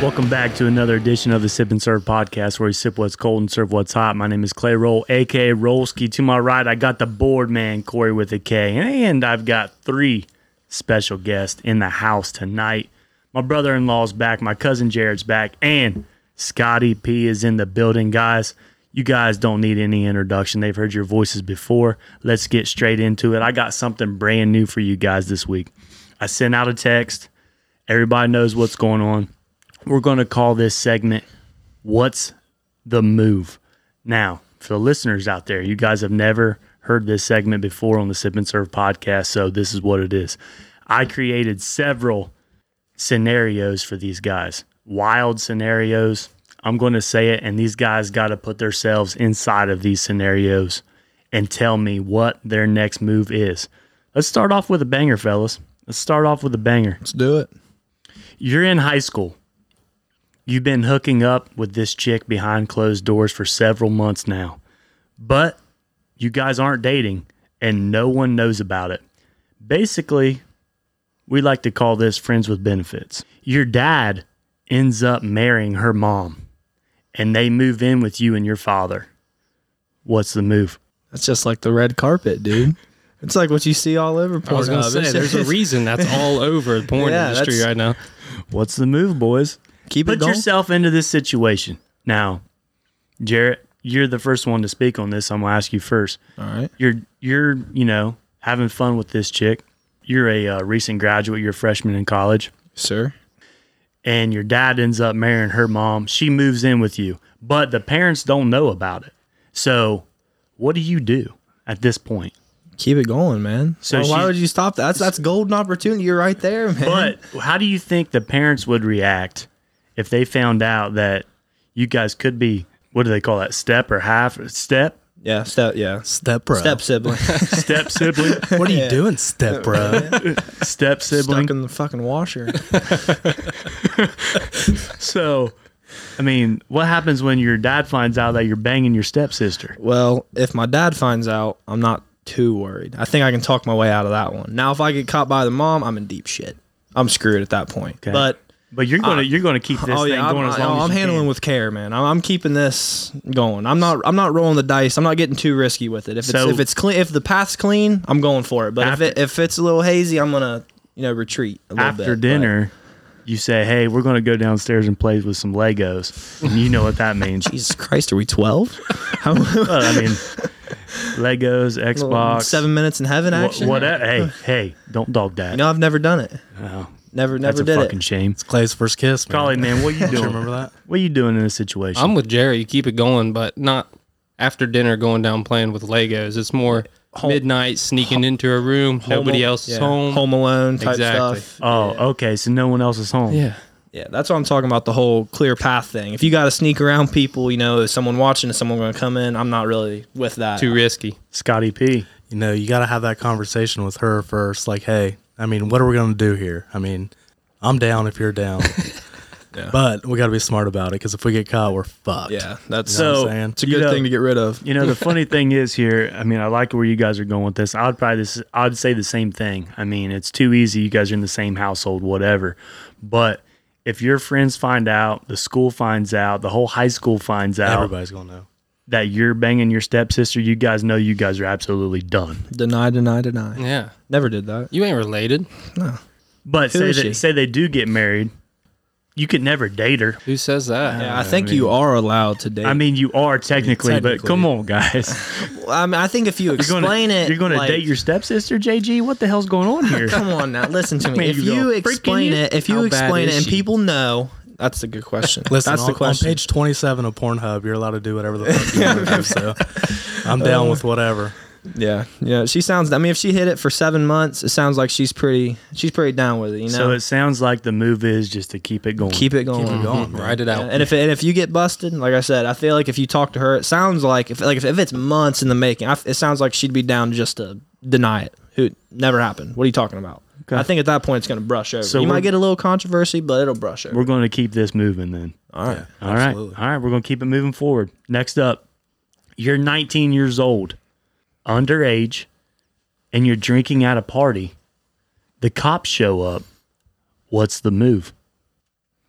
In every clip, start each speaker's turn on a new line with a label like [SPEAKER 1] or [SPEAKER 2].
[SPEAKER 1] Welcome back to another edition of the Sip and Serve podcast where we sip what's cold and serve what's hot. My name is Clay Roll, aka Rollski. To my right, I got the board man, Corey with a K. And I've got three special guests in the house tonight. My brother in law's back, my cousin Jared's back, and Scotty P is in the building, guys. You guys don't need any introduction. They've heard your voices before. Let's get straight into it. I got something brand new for you guys this week. I sent out a text. Everybody knows what's going on we're going to call this segment What's the Move? Now, for the listeners out there, you guys have never heard this segment before on the Sip and Serve podcast, so this is what it is. I created several scenarios for these guys, wild scenarios. I'm going to say it, and these guys got to put themselves inside of these scenarios and tell me what their next move is. Let's start off with a banger, fellas. Let's start off with a banger.
[SPEAKER 2] Let's do it.
[SPEAKER 1] You're in high school. You've been hooking up with this chick behind closed doors for several months now, but you guys aren't dating and no one knows about it. Basically, we like to call this friends with benefits. Your dad ends up marrying her mom and they move in with you and your father. What's the move?
[SPEAKER 2] That's just like the red carpet, dude. It's like what you see all over Pornhub.
[SPEAKER 3] I was gonna say
[SPEAKER 2] It's
[SPEAKER 3] there's a
[SPEAKER 2] just-
[SPEAKER 3] reason that's all over the porn
[SPEAKER 2] Yeah,
[SPEAKER 3] industry
[SPEAKER 2] that's-
[SPEAKER 3] right now.
[SPEAKER 1] What's the move, boys?
[SPEAKER 2] Keep it
[SPEAKER 1] Put
[SPEAKER 2] going.
[SPEAKER 1] yourself into this situation. Now, Jarrett, you're the first one to speak on this. I'm going to ask you first.
[SPEAKER 2] all right.
[SPEAKER 1] you're you're you know having fun with this chick you're a uh, recent graduate you're a freshman in college
[SPEAKER 2] Sir.
[SPEAKER 1] and your dad ends up marrying her mom she moves in with you but the parents don't know about it so what do you do at this point
[SPEAKER 2] Keep it going, man.
[SPEAKER 1] So
[SPEAKER 2] So why
[SPEAKER 1] she-
[SPEAKER 2] would you stop that? That's that's golden opportunity. You're right there, man.
[SPEAKER 1] but how do you think the parents would react if they found out that you guys could be what do they call that step or half step
[SPEAKER 2] yeah, step yeah.
[SPEAKER 4] Step bro.
[SPEAKER 2] Step sibling.
[SPEAKER 1] step sibling
[SPEAKER 4] What are you doing, step bro?
[SPEAKER 1] step sibling
[SPEAKER 2] Stuck in the fucking washer.
[SPEAKER 1] so i mean what happens when your dad finds out that you're banging your stepsister
[SPEAKER 2] Well, if my dad finds out, I'm not too worried. I think I can talk my way out of that one. Now if I get caught by the mom, I'm in deep shit. I'm screwed at that point. But
[SPEAKER 1] But you're gonna you're gonna keep this
[SPEAKER 2] oh
[SPEAKER 1] thing
[SPEAKER 2] yeah, I'm,
[SPEAKER 1] going as
[SPEAKER 2] I-
[SPEAKER 1] long
[SPEAKER 2] I'm
[SPEAKER 1] as you
[SPEAKER 2] handling
[SPEAKER 1] can.
[SPEAKER 2] with care, man. I'm, I'm keeping this going. I'm not I'm not rolling the dice. I'm not getting too risky with it. If it's
[SPEAKER 1] So-
[SPEAKER 2] if it's clean, if the path's clean, I'm going for it. But
[SPEAKER 1] After-
[SPEAKER 2] if it, if it's a little hazy, I'm gonna you know retreat a little
[SPEAKER 1] after
[SPEAKER 2] bit.
[SPEAKER 1] dinner. You say, "Hey, we're gonna go downstairs and play with some Legos," and you know what that means.
[SPEAKER 2] But- Jesus Christ, are we twelve? How
[SPEAKER 1] Well, I mean, Legos, Xbox,
[SPEAKER 2] seven minutes in heaven
[SPEAKER 1] wha-
[SPEAKER 2] action?
[SPEAKER 1] what? Hey, hey, don't dog that.
[SPEAKER 2] No, I've never done it.
[SPEAKER 1] Oh,
[SPEAKER 2] Never
[SPEAKER 1] that's
[SPEAKER 2] never
[SPEAKER 1] a
[SPEAKER 2] did
[SPEAKER 1] fucking
[SPEAKER 2] it.
[SPEAKER 1] shame.
[SPEAKER 4] Clay's first kiss. Man.
[SPEAKER 1] Golly, man, what you
[SPEAKER 4] Do you
[SPEAKER 1] doing?
[SPEAKER 4] remember that?
[SPEAKER 1] What you doing in this situation?
[SPEAKER 3] I'm with Jerry. You keep it going, but not after dinner going down playing with Legos. It's more midnight sneaking into a room. Nobody else is
[SPEAKER 2] yeah,
[SPEAKER 3] home.
[SPEAKER 2] Home alone type
[SPEAKER 3] Exactly.
[SPEAKER 2] stuff.
[SPEAKER 1] oh, okay, so no one else is home.
[SPEAKER 3] Yeah.
[SPEAKER 2] Yeah, that's what I'm talking about. The whole clear path thing. If you got to sneak around people, you know, is someone watching? Is someone going to come in? I'm not really with that.
[SPEAKER 3] Too risky.
[SPEAKER 1] Scotty P.
[SPEAKER 4] You know, you got to have that conversation with her first. Like, hey, I mean, what are we going to do here? I mean, I'm down if you're down. But we got to be smart about it because if we get caught, we're fucked.
[SPEAKER 2] Yeah, that's
[SPEAKER 4] You know what I'm
[SPEAKER 1] So-
[SPEAKER 4] saying?
[SPEAKER 2] It's a
[SPEAKER 1] You
[SPEAKER 2] good
[SPEAKER 1] know-
[SPEAKER 2] thing to get rid of.
[SPEAKER 1] You know, the funny thing is here. I mean, I like where you guys are going with this. I'd probably this. I'd say the same thing. I mean, it's too easy. You guys are in the same household, whatever. But if your friends find out, the school finds out, the whole high school finds out
[SPEAKER 4] everybody's going to know.
[SPEAKER 1] that you're banging your stepsister, you guys know you guys are absolutely done.
[SPEAKER 2] Deny, deny, deny.
[SPEAKER 3] Yeah.
[SPEAKER 2] Never did that.
[SPEAKER 3] You ain't related.
[SPEAKER 1] But
[SPEAKER 2] Who
[SPEAKER 1] say
[SPEAKER 2] is
[SPEAKER 1] they
[SPEAKER 2] she?
[SPEAKER 1] say they do get married, you could never date her.
[SPEAKER 3] Who says that?
[SPEAKER 2] Yeah, I think you are allowed to date.
[SPEAKER 1] I mean, you are technically, but
[SPEAKER 4] technically.
[SPEAKER 1] come on, guys.
[SPEAKER 2] I, mean, I think if you
[SPEAKER 1] You're
[SPEAKER 2] explain
[SPEAKER 1] gonna,
[SPEAKER 2] it,
[SPEAKER 1] You're going
[SPEAKER 2] like-
[SPEAKER 1] to date your stepsister, JG? What the hell's going on here?
[SPEAKER 2] Come on now, listen to me.
[SPEAKER 1] Man,
[SPEAKER 2] if
[SPEAKER 1] you
[SPEAKER 2] you,
[SPEAKER 1] go, "Freaking
[SPEAKER 2] explain
[SPEAKER 1] you."
[SPEAKER 2] it, if you
[SPEAKER 3] How bad
[SPEAKER 2] explain it,
[SPEAKER 3] is
[SPEAKER 2] and
[SPEAKER 3] she?
[SPEAKER 2] people know, that's a good question.
[SPEAKER 4] Listen,
[SPEAKER 2] that's
[SPEAKER 4] on,
[SPEAKER 2] the question.
[SPEAKER 4] on page 27 of Pornhub, you're allowed to do whatever the fuck you want to do. So I'm down with whatever.
[SPEAKER 2] yeah, yeah. She sounds. I mean, if she hit it for seven months, it sounds like she's pretty. She's pretty down with it. You know,
[SPEAKER 1] So it sounds like the move is just to keep it going.
[SPEAKER 2] keep it going.
[SPEAKER 4] Keep it going. man.
[SPEAKER 3] Write it out.
[SPEAKER 2] And if and if you get busted, like I said, I feel like if you talk to her, it sounds like if like if, if it's months in the making, I, it sounds like she'd be down just to deny it. Who never happened. What are you talking about? I think at that point it's going to brush over.
[SPEAKER 1] So
[SPEAKER 2] you
[SPEAKER 1] we're-
[SPEAKER 2] might get a little controversy, but it'll brush over.
[SPEAKER 1] We're going to keep this moving then.
[SPEAKER 2] All right.
[SPEAKER 1] All right. All right. We're going to keep it moving forward. Next up, you're 19 years old, underage, and you're drinking at a party. The cops show up. What's the move?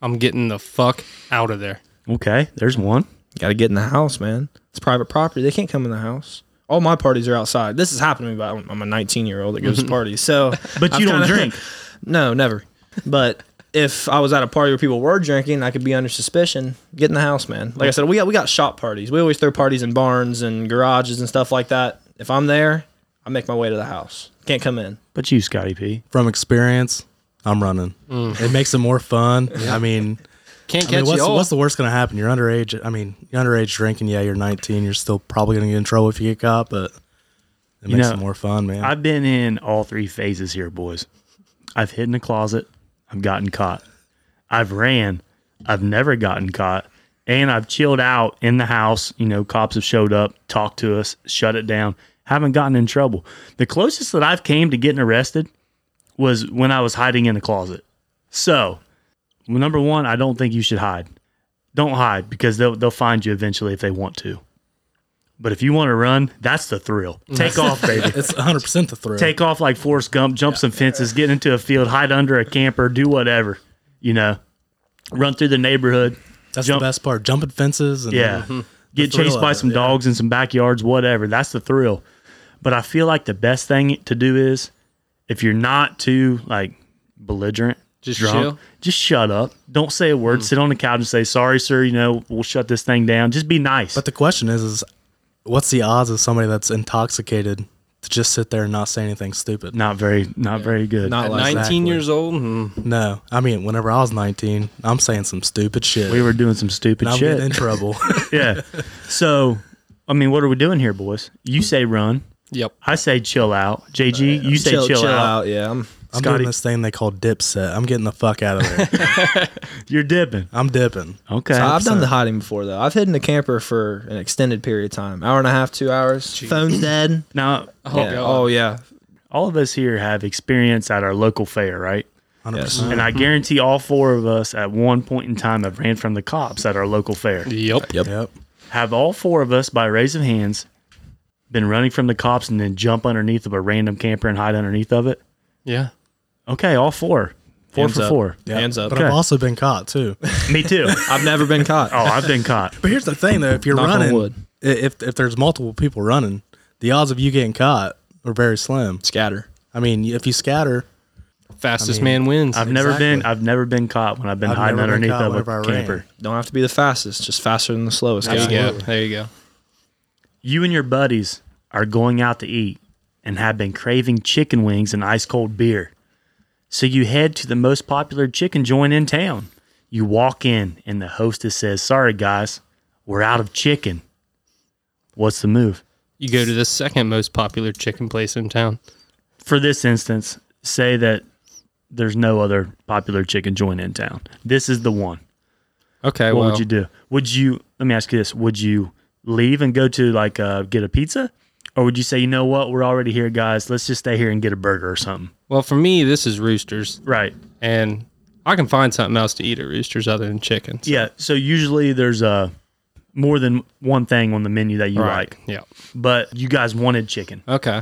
[SPEAKER 3] I'm getting the fuck out of there.
[SPEAKER 1] Okay, there's one.
[SPEAKER 2] Got to get in the house, man. It's private property. They can't come in the house. All my parties are outside. This has happened to me, but I'm- I'm a 19 year old that goes to parties. So,
[SPEAKER 1] But
[SPEAKER 2] I've
[SPEAKER 1] you don't
[SPEAKER 2] kinda-
[SPEAKER 1] drink.
[SPEAKER 2] No, never. But if I was at a party where people were drinking, I could be under suspicion. Get in the house, man. Like I said, we got we got shop parties. We always throw parties in barns and garages and stuff like that. If I'm there, I make my way to the house. Can't come in.
[SPEAKER 1] But you, Scotty P.
[SPEAKER 4] From experience, I'm running.
[SPEAKER 2] Mm.
[SPEAKER 4] It makes it more fun. I mean,
[SPEAKER 3] Can't
[SPEAKER 4] I mean,
[SPEAKER 3] catch
[SPEAKER 4] what's,
[SPEAKER 3] y'all.
[SPEAKER 4] what's the worst going to happen? You're underage. I mean, you're underage drinking. Yeah, you're 19. You're still probably going to get in trouble if you get caught, but it makes
[SPEAKER 1] know,
[SPEAKER 4] it more fun, man.
[SPEAKER 1] I've been in all three phases here, boys. I've hid in a closet. I've gotten caught. I've ran. I've never gotten caught. And I've chilled out in the house. You know, cops have showed up, talked to us, shut it down. Haven't gotten in trouble. The closest that I've came to getting arrested was when I was hiding in a closet. So, number one, I don't think you should hide. Don't hide because they'll they'll find you eventually if they want to. But if you want to run, that's the thrill. Take off, baby
[SPEAKER 4] it's 100% the thrill.
[SPEAKER 1] take off like Forrest Gump, jump some fences, get into a field, hide under a camper, do whatever, you know, run through the neighborhood.
[SPEAKER 4] That's
[SPEAKER 1] jump-
[SPEAKER 4] the best part. Jumping fences. And
[SPEAKER 1] Yeah. Get
[SPEAKER 4] Mm-hmm. The thrill
[SPEAKER 1] chased by
[SPEAKER 4] of it,
[SPEAKER 1] some
[SPEAKER 4] yeah.
[SPEAKER 1] dogs in some backyards, whatever. That's the thrill. But I feel like the best thing to do is if you're not too like belligerent,
[SPEAKER 3] Just
[SPEAKER 1] drunk,
[SPEAKER 3] chill.
[SPEAKER 1] just shut up. Don't say a
[SPEAKER 4] Mm.
[SPEAKER 1] word. Sit on the couch and say, sorry, sir, you know, we'll shut this thing down. Just be nice.
[SPEAKER 4] But the question is, is what's the odds of somebody that's intoxicated to just sit there and not say anything stupid?
[SPEAKER 1] not very, not very good.
[SPEAKER 2] Not
[SPEAKER 3] At
[SPEAKER 2] like
[SPEAKER 3] 19
[SPEAKER 2] that.
[SPEAKER 4] Exactly.
[SPEAKER 3] years old, hmm,
[SPEAKER 4] No. I mean, whenever I was 19, I'm saying some stupid shit.
[SPEAKER 1] we were doing some stupid
[SPEAKER 4] and I'm
[SPEAKER 1] shit.
[SPEAKER 4] getting in trouble.
[SPEAKER 1] yeah. So, I mean, what are we doing here, boys? You say run.
[SPEAKER 3] yep.
[SPEAKER 1] I say chill out. JG, you say chill, out.
[SPEAKER 2] Yeah, I'm,
[SPEAKER 4] I'm
[SPEAKER 1] Scotty.
[SPEAKER 4] doing this thing they call dip set. I'm getting the fuck out of there.
[SPEAKER 1] You're dipping.
[SPEAKER 4] I'm dipping.
[SPEAKER 1] Okay.
[SPEAKER 2] So I've done the hiding before though. I've hidden a camper for an extended period of time, hour and a half, two hours. Phone's dead.
[SPEAKER 1] now,
[SPEAKER 3] Oh,
[SPEAKER 2] yeah.
[SPEAKER 3] God.
[SPEAKER 2] oh yeah,
[SPEAKER 1] all of us here have experience at our local fair, right?
[SPEAKER 4] 100%.
[SPEAKER 1] And I guarantee all four of us at one point in time have ran from the cops at our local fair.
[SPEAKER 3] Yep.
[SPEAKER 4] Yep.
[SPEAKER 1] Have all four of us, by raise of hands, been running from the cops and then jump underneath of a random camper and hide underneath of it?
[SPEAKER 3] Yeah.
[SPEAKER 1] Okay, all four. Four
[SPEAKER 2] Hands
[SPEAKER 1] for
[SPEAKER 2] up.
[SPEAKER 1] four.
[SPEAKER 4] Yeah.
[SPEAKER 2] Hands up.
[SPEAKER 4] But
[SPEAKER 1] Okay.
[SPEAKER 4] I've also been caught too.
[SPEAKER 1] Me too.
[SPEAKER 2] I've never been caught.
[SPEAKER 1] Oh, I've been caught.
[SPEAKER 4] But here's the thing though, if you're
[SPEAKER 2] Knock on
[SPEAKER 4] running,
[SPEAKER 2] wood.
[SPEAKER 4] i- if if there's multiple people running, the odds of you getting caught are very slim.
[SPEAKER 2] Scatter.
[SPEAKER 4] I mean, if you scatter,
[SPEAKER 3] Fastest man wins.
[SPEAKER 1] I've never been.
[SPEAKER 4] Exactly.
[SPEAKER 1] I've never been caught when I've been
[SPEAKER 4] I've
[SPEAKER 1] hiding
[SPEAKER 4] never been
[SPEAKER 1] underneath
[SPEAKER 4] caught
[SPEAKER 1] of
[SPEAKER 4] whenever I
[SPEAKER 1] a
[SPEAKER 4] ran.
[SPEAKER 1] camper.
[SPEAKER 2] Don't have to be the fastest, just faster than the slowest.
[SPEAKER 3] there you
[SPEAKER 2] guys.
[SPEAKER 3] go. There you go.
[SPEAKER 1] You and your buddies are going out to eat and have been craving chicken wings and ice cold beer. So you head to the most popular chicken joint in town. You walk in and the hostess says, "Sorry guys, we're out of chicken." What's the move?
[SPEAKER 3] You go to the second most popular chicken place in town.
[SPEAKER 1] For this instance, say that there's no other popular chicken joint in town. This is the one.
[SPEAKER 3] Okay.
[SPEAKER 1] What
[SPEAKER 3] well,
[SPEAKER 1] would you do? Would you let me ask you this? Would you leave and go to like uh, get a pizza, or would you say, you know what, we're already here, guys. Let's just stay here and get a burger or something?
[SPEAKER 3] well, for me, this is Roosters,
[SPEAKER 1] Right.
[SPEAKER 3] and I can find something else to eat at Roosters other than chicken.
[SPEAKER 1] Yeah. So usually there's uh, more than one thing on the menu that you
[SPEAKER 3] Right.
[SPEAKER 1] like,
[SPEAKER 3] Yeah.
[SPEAKER 1] but you guys wanted chicken.
[SPEAKER 3] Okay.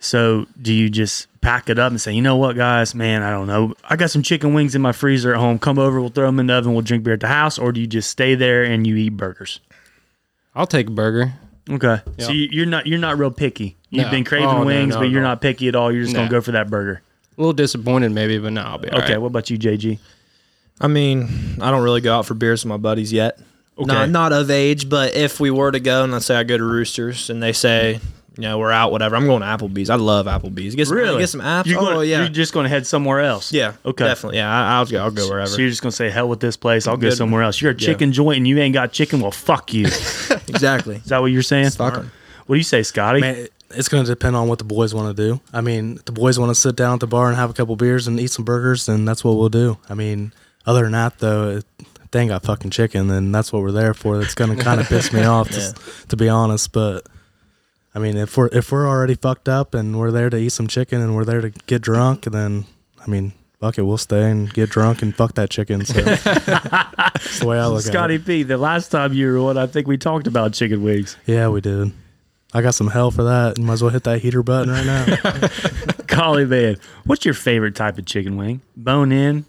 [SPEAKER 1] So do you just pack it up and say, you know what, guys, man, I don't know, I got some chicken wings in my freezer at home. Come over, we'll throw them in the oven, we'll drink beer at the house, or do you just stay there and you eat burgers?
[SPEAKER 3] I'll take a burger.
[SPEAKER 1] Okay.
[SPEAKER 3] Yeah.
[SPEAKER 1] So you- you're not you're not real picky. You've
[SPEAKER 3] No.
[SPEAKER 1] been craving
[SPEAKER 3] Oh, no,
[SPEAKER 1] wings,
[SPEAKER 3] no,
[SPEAKER 1] but you're
[SPEAKER 3] no.
[SPEAKER 1] not picky at all. You're just gonna
[SPEAKER 3] No.
[SPEAKER 1] go for that burger.
[SPEAKER 3] A little disappointed maybe, but no, I'll be
[SPEAKER 1] Okay.
[SPEAKER 3] okay.
[SPEAKER 1] What about you, JG?
[SPEAKER 2] I mean, I don't really go out for beers with my buddies yet. Not not of age, but if we were to go and let's say I go to Roosters and they say, you know, we're out, whatever. I'm going to Applebee's. I love Applebee's. Get some, Get some apps.
[SPEAKER 1] You're
[SPEAKER 2] oh
[SPEAKER 1] gonna-
[SPEAKER 2] yeah.
[SPEAKER 1] You're just gonna head somewhere else.
[SPEAKER 2] yeah.
[SPEAKER 1] Okay.
[SPEAKER 2] Definitely. Yeah. I, I'll, go- I'll go wherever.
[SPEAKER 1] So you're just gonna say hell with this place. I'll go
[SPEAKER 2] Good.
[SPEAKER 1] somewhere else. You're a chicken joint and you ain't got chicken. Well, fuck you. Is
[SPEAKER 2] exactly.
[SPEAKER 1] that what you're saying?
[SPEAKER 2] Fuck 'em.
[SPEAKER 1] What do you say, Scotty?
[SPEAKER 4] man, it- it's going to depend on what the boys want to do. I mean, if the boys want to sit down at the bar and have a couple beers and eat some burgers, then that's what we'll do. I mean, other than that, though, if they ain't got fucking chicken, then that's what we're there for. That's going to kind of piss me off, just, to be honest. But I mean, if we're if we're already fucked up and we're there to eat some chicken and we're there to get drunk, then I mean, fuck it, we'll stay and get drunk and fuck that chicken. So that's the way I look
[SPEAKER 1] Scotty
[SPEAKER 4] at it.
[SPEAKER 1] P. The last time you were on, I think we talked about chicken wings.
[SPEAKER 4] Yeah, we did. I got some hell for that. Might as well hit that heater button right now.
[SPEAKER 1] Golly man, what's your favorite type of chicken wing? Bone in,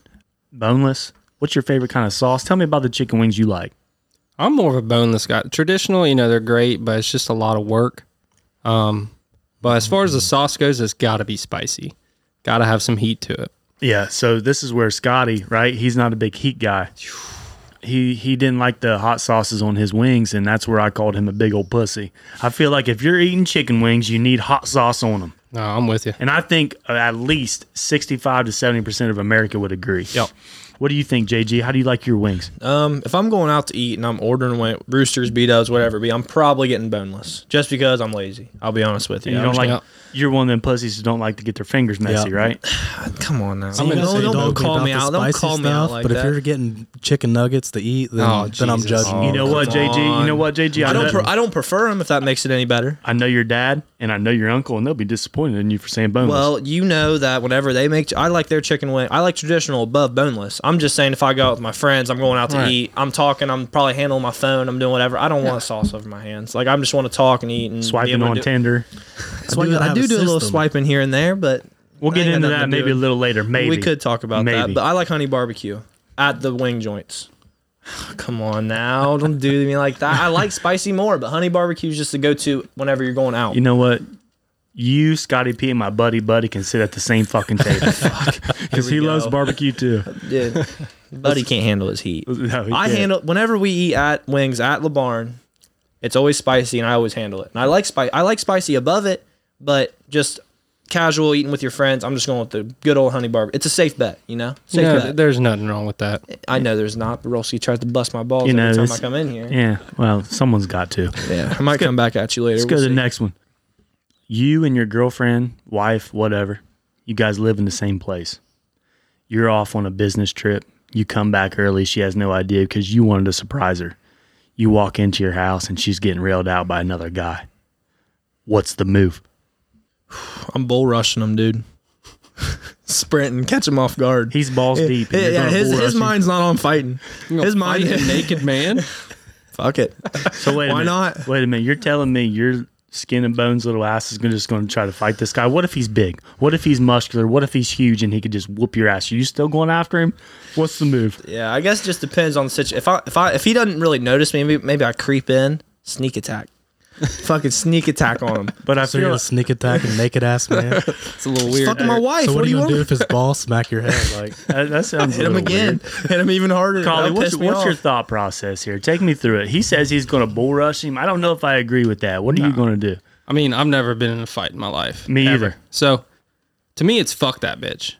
[SPEAKER 1] boneless. What's your favorite kind of sauce? Tell me about the chicken wings you like.
[SPEAKER 3] I'm more of a boneless guy. Traditional, you know, they're great, but it's just a lot of work. Um, but as far as the sauce goes, it's got to be spicy. Got to have some heat to it.
[SPEAKER 1] Yeah, so this is where Scotty, right? He's not a big heat guy. He he didn't like the hot sauces on his wings, and that's where I called him a big old pussy. I feel like if you're eating chicken wings, you need hot sauce on them,
[SPEAKER 3] No, I'm with you.
[SPEAKER 1] and I think uh, at least sixty-five to seventy percent of America would agree.
[SPEAKER 3] Yep.
[SPEAKER 1] What do you think, JG? How do you like your wings?
[SPEAKER 2] Um, if I'm going out to eat and I'm ordering wing, roosters, B dubs, whatever it be, I'm probably getting boneless just because I'm lazy. I'll be honest with you.
[SPEAKER 1] You
[SPEAKER 2] I'm
[SPEAKER 1] don't
[SPEAKER 2] just
[SPEAKER 1] like
[SPEAKER 3] yeah.
[SPEAKER 1] you're one of them pussies who don't like to get their fingers messy,
[SPEAKER 4] Yeah.
[SPEAKER 1] right?
[SPEAKER 2] gonna- come on now.
[SPEAKER 4] I'm
[SPEAKER 2] don't
[SPEAKER 4] gonna say
[SPEAKER 2] don't
[SPEAKER 4] don't
[SPEAKER 2] call
[SPEAKER 4] about
[SPEAKER 2] me
[SPEAKER 4] the
[SPEAKER 2] out. Don't
[SPEAKER 4] spicy
[SPEAKER 2] call me out
[SPEAKER 4] stuff,
[SPEAKER 2] like
[SPEAKER 4] but if
[SPEAKER 2] that.
[SPEAKER 4] you're getting chicken nuggets to eat, then,
[SPEAKER 3] Oh,
[SPEAKER 4] then I'm
[SPEAKER 3] Jesus.
[SPEAKER 4] judging
[SPEAKER 3] Oh,
[SPEAKER 1] you know
[SPEAKER 3] come
[SPEAKER 1] what, JG? You know
[SPEAKER 3] on.
[SPEAKER 1] what, JG? I,
[SPEAKER 2] I
[SPEAKER 1] know,
[SPEAKER 2] don't. Per, I don't prefer them if that makes it any better.
[SPEAKER 1] I know your dad and I know your uncle, and they'll be disappointed in you for saying boneless.
[SPEAKER 2] Well, you know that whenever they make, I like their chicken wing. I like traditional above boneless. I'm just saying, if I go out with my friends, I'm going out to
[SPEAKER 3] Right.
[SPEAKER 2] eat. I'm talking. I'm probably handling my phone. I'm doing whatever. I don't want sauce over my hands. Like I'm just want to talk and eat and be
[SPEAKER 1] swiping
[SPEAKER 2] able to
[SPEAKER 1] on
[SPEAKER 2] do-
[SPEAKER 1] Tinder.
[SPEAKER 4] That's why
[SPEAKER 2] I
[SPEAKER 4] you
[SPEAKER 2] do,
[SPEAKER 4] gotta
[SPEAKER 2] I
[SPEAKER 4] have
[SPEAKER 2] do do a little
[SPEAKER 4] system.
[SPEAKER 2] swiping here and there, but
[SPEAKER 1] We'll
[SPEAKER 2] I
[SPEAKER 1] get
[SPEAKER 2] ain't got
[SPEAKER 1] into
[SPEAKER 2] nothing
[SPEAKER 1] that
[SPEAKER 2] to
[SPEAKER 1] maybe
[SPEAKER 2] do.
[SPEAKER 1] a little later. Maybe
[SPEAKER 2] We could talk about
[SPEAKER 1] Maybe.
[SPEAKER 2] that, but I like honey barbecue at the wing joints. Come on now, don't do me like that. I like spicy more, but honey barbecue is just the go-to whenever you're going out.
[SPEAKER 1] You know what? You, Scotty P, and my buddy Buddy can sit at the same fucking table because he
[SPEAKER 2] we go.
[SPEAKER 1] loves barbecue too.
[SPEAKER 2] Yeah. Buddy can't handle his heat.
[SPEAKER 1] No, he
[SPEAKER 2] I
[SPEAKER 1] can't.
[SPEAKER 2] handle whenever we eat at wings at Le Barn, it's always spicy, and I always handle it. And I like spice. I like spicy above it, but just casual eating with your friends. I'm just going with the good old honey barbecue. It's a safe bet, you know. Safe
[SPEAKER 3] No,
[SPEAKER 2] bet.
[SPEAKER 3] there's nothing wrong with that.
[SPEAKER 2] I know there's not, but Rolski tries to bust my balls
[SPEAKER 1] You know,
[SPEAKER 2] every time I
[SPEAKER 1] this-
[SPEAKER 2] come in here.
[SPEAKER 1] Yeah, well, someone's got to.
[SPEAKER 2] Yeah, I might come back at you later.
[SPEAKER 1] Let's go to the next one. You and your girlfriend, wife, whatever, you guys live in the same place. You're off on a business trip. You come back early. She has no idea because you wanted to surprise her. You walk into your house and she's getting railed out by another guy. What's the move?
[SPEAKER 2] I'm bull rushing him, dude. Sprinting, catch him off guard.
[SPEAKER 1] He's balls deep. and
[SPEAKER 2] yeah,
[SPEAKER 1] you're
[SPEAKER 2] yeah,
[SPEAKER 1] gonna
[SPEAKER 2] his,
[SPEAKER 1] bull
[SPEAKER 2] his
[SPEAKER 1] rush him.
[SPEAKER 2] mind's not on fighting. His mind,
[SPEAKER 3] Fight a naked man.
[SPEAKER 2] fuck it.
[SPEAKER 1] So wait a
[SPEAKER 2] Why
[SPEAKER 1] minute.
[SPEAKER 2] not?
[SPEAKER 1] Wait a minute. You're telling me your skin and bones little ass is gonna just going to try to fight this guy? What if he's big? What if he's muscular? What if he's huge and he could just whoop your ass? Are you still going after him? What's the move?
[SPEAKER 2] Yeah, I guess it just depends on the situation. If I if I if he doesn't really notice me, maybe, maybe I creep in, sneak attack, fucking sneak attack on him.
[SPEAKER 1] But I
[SPEAKER 4] So you're
[SPEAKER 1] feel
[SPEAKER 4] gonna sneak attack and naked ass man. so
[SPEAKER 3] It's a little weird.
[SPEAKER 2] Fucking my wife.
[SPEAKER 4] what,
[SPEAKER 2] what,
[SPEAKER 4] are you
[SPEAKER 2] do you
[SPEAKER 4] gonna
[SPEAKER 2] want?
[SPEAKER 4] do if his ball smack your head? Like
[SPEAKER 1] that, uh, that sounds
[SPEAKER 2] Hit him again. Hit him even harder.
[SPEAKER 1] Collie,
[SPEAKER 2] That'll
[SPEAKER 1] what's,
[SPEAKER 2] piss me
[SPEAKER 1] what's your
[SPEAKER 2] off.
[SPEAKER 1] thought process here? Take me through it. He says he's going to bull rush him. I don't know if I agree with that. What are you going to do?
[SPEAKER 3] I mean, I've never been in a fight in my life.
[SPEAKER 1] Me
[SPEAKER 3] Ever.
[SPEAKER 1] either.
[SPEAKER 3] So, to me, it's fuck that bitch.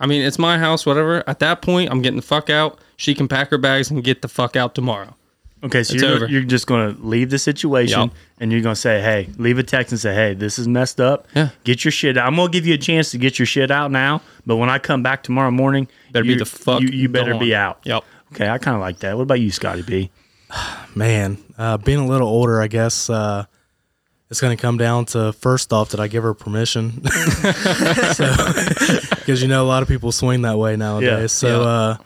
[SPEAKER 3] I mean, it's my house, whatever. At that point, I'm getting the fuck out. She can pack her bags and get the fuck out tomorrow.
[SPEAKER 1] Okay, so
[SPEAKER 3] It's
[SPEAKER 1] you're,
[SPEAKER 3] over.
[SPEAKER 1] you're just going to leave the situation
[SPEAKER 3] Yup.
[SPEAKER 1] and you're going to say, hey, leave a text and say, hey, this is messed up.
[SPEAKER 3] Yeah.
[SPEAKER 1] Get your shit out. I'm going to give you a chance to get your shit out now, but when I come back tomorrow morning,
[SPEAKER 3] Better
[SPEAKER 1] you,
[SPEAKER 3] be the fuck.
[SPEAKER 1] You, you better be
[SPEAKER 3] gone.
[SPEAKER 1] out.
[SPEAKER 3] Yep.
[SPEAKER 1] Okay, I kind of like that. What about you, Scotty B?
[SPEAKER 4] man, uh, being a little older, I guess uh, it's going to come down to first off, did I give her permission? Because you know a lot of people swing that way nowadays.
[SPEAKER 1] Yeah,
[SPEAKER 4] so,
[SPEAKER 3] yeah.
[SPEAKER 4] uh,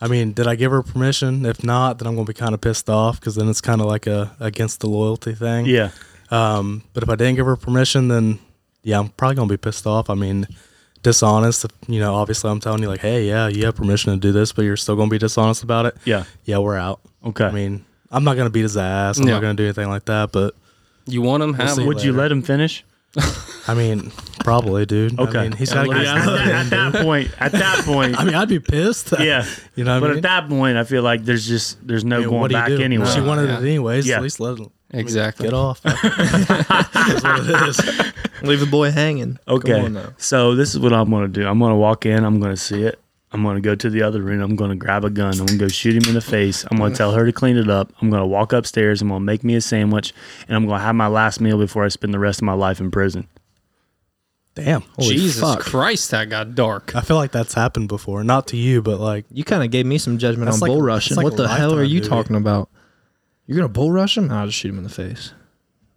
[SPEAKER 4] I mean, did I give her permission? If not, then I'm going to be kind of pissed off because then it's kind of like a against the loyalty thing.
[SPEAKER 1] Yeah.
[SPEAKER 4] Um, but if I didn't give her permission, then yeah, I'm probably gonna be pissed off. I mean, dishonest. You know, obviously, I'm telling you, like, hey, yeah, you have permission to do this, but you're still gonna be dishonest about it.
[SPEAKER 1] Yeah.
[SPEAKER 4] yeah, we're out.
[SPEAKER 1] Okay.
[SPEAKER 4] I mean, I'm not gonna beat his ass. I'm
[SPEAKER 3] Yeah.
[SPEAKER 4] not gonna do anything like that. But
[SPEAKER 3] You want them? Have 'em.
[SPEAKER 1] Would you
[SPEAKER 4] later.
[SPEAKER 1] let him finish?
[SPEAKER 4] I mean, probably, dude.
[SPEAKER 1] Okay.
[SPEAKER 4] I mean, he's
[SPEAKER 1] at,
[SPEAKER 4] gotta get his
[SPEAKER 1] that, at that point, at that point,
[SPEAKER 4] I mean, I'd be pissed.
[SPEAKER 1] yeah.
[SPEAKER 4] you know, what
[SPEAKER 1] but
[SPEAKER 4] I mean?
[SPEAKER 1] at that point, I feel like there's just there's no
[SPEAKER 4] I mean,
[SPEAKER 1] going
[SPEAKER 4] what do you
[SPEAKER 1] back
[SPEAKER 4] do?
[SPEAKER 1] anyway.
[SPEAKER 4] She wanted
[SPEAKER 3] Yeah.
[SPEAKER 4] it anyways.
[SPEAKER 1] Yeah.
[SPEAKER 4] At least let him
[SPEAKER 3] Exactly.
[SPEAKER 4] get off. That's what it is.
[SPEAKER 2] Leave the boy hanging. Come on
[SPEAKER 1] Okay.
[SPEAKER 2] now.
[SPEAKER 1] So this is what I'm gonna do. I'm gonna walk in. I'm gonna see it. I'm gonna go to the other room. I'm gonna grab a gun. I'm gonna go shoot him in the face. I'm gonna tell her to clean it up. I'm gonna walk upstairs. I'm gonna make me a sandwich, and I'm gonna have my last meal before I spend the rest of my life in prison.
[SPEAKER 4] Damn, holy
[SPEAKER 3] Jesus
[SPEAKER 4] fuck.
[SPEAKER 3] Christ, that got dark.
[SPEAKER 1] Uh,
[SPEAKER 4] I feel like that's happened before. Not to you, but like.
[SPEAKER 2] You kind of gave me some judgment
[SPEAKER 4] That's
[SPEAKER 2] on
[SPEAKER 4] like-
[SPEAKER 2] bull
[SPEAKER 4] that's
[SPEAKER 2] rushing.
[SPEAKER 4] like
[SPEAKER 2] what
[SPEAKER 4] a
[SPEAKER 2] the hell are
[SPEAKER 4] lifetime
[SPEAKER 2] you
[SPEAKER 4] duty.
[SPEAKER 2] talking about? You're gonna bull rush him? I'll just shoot him in the face.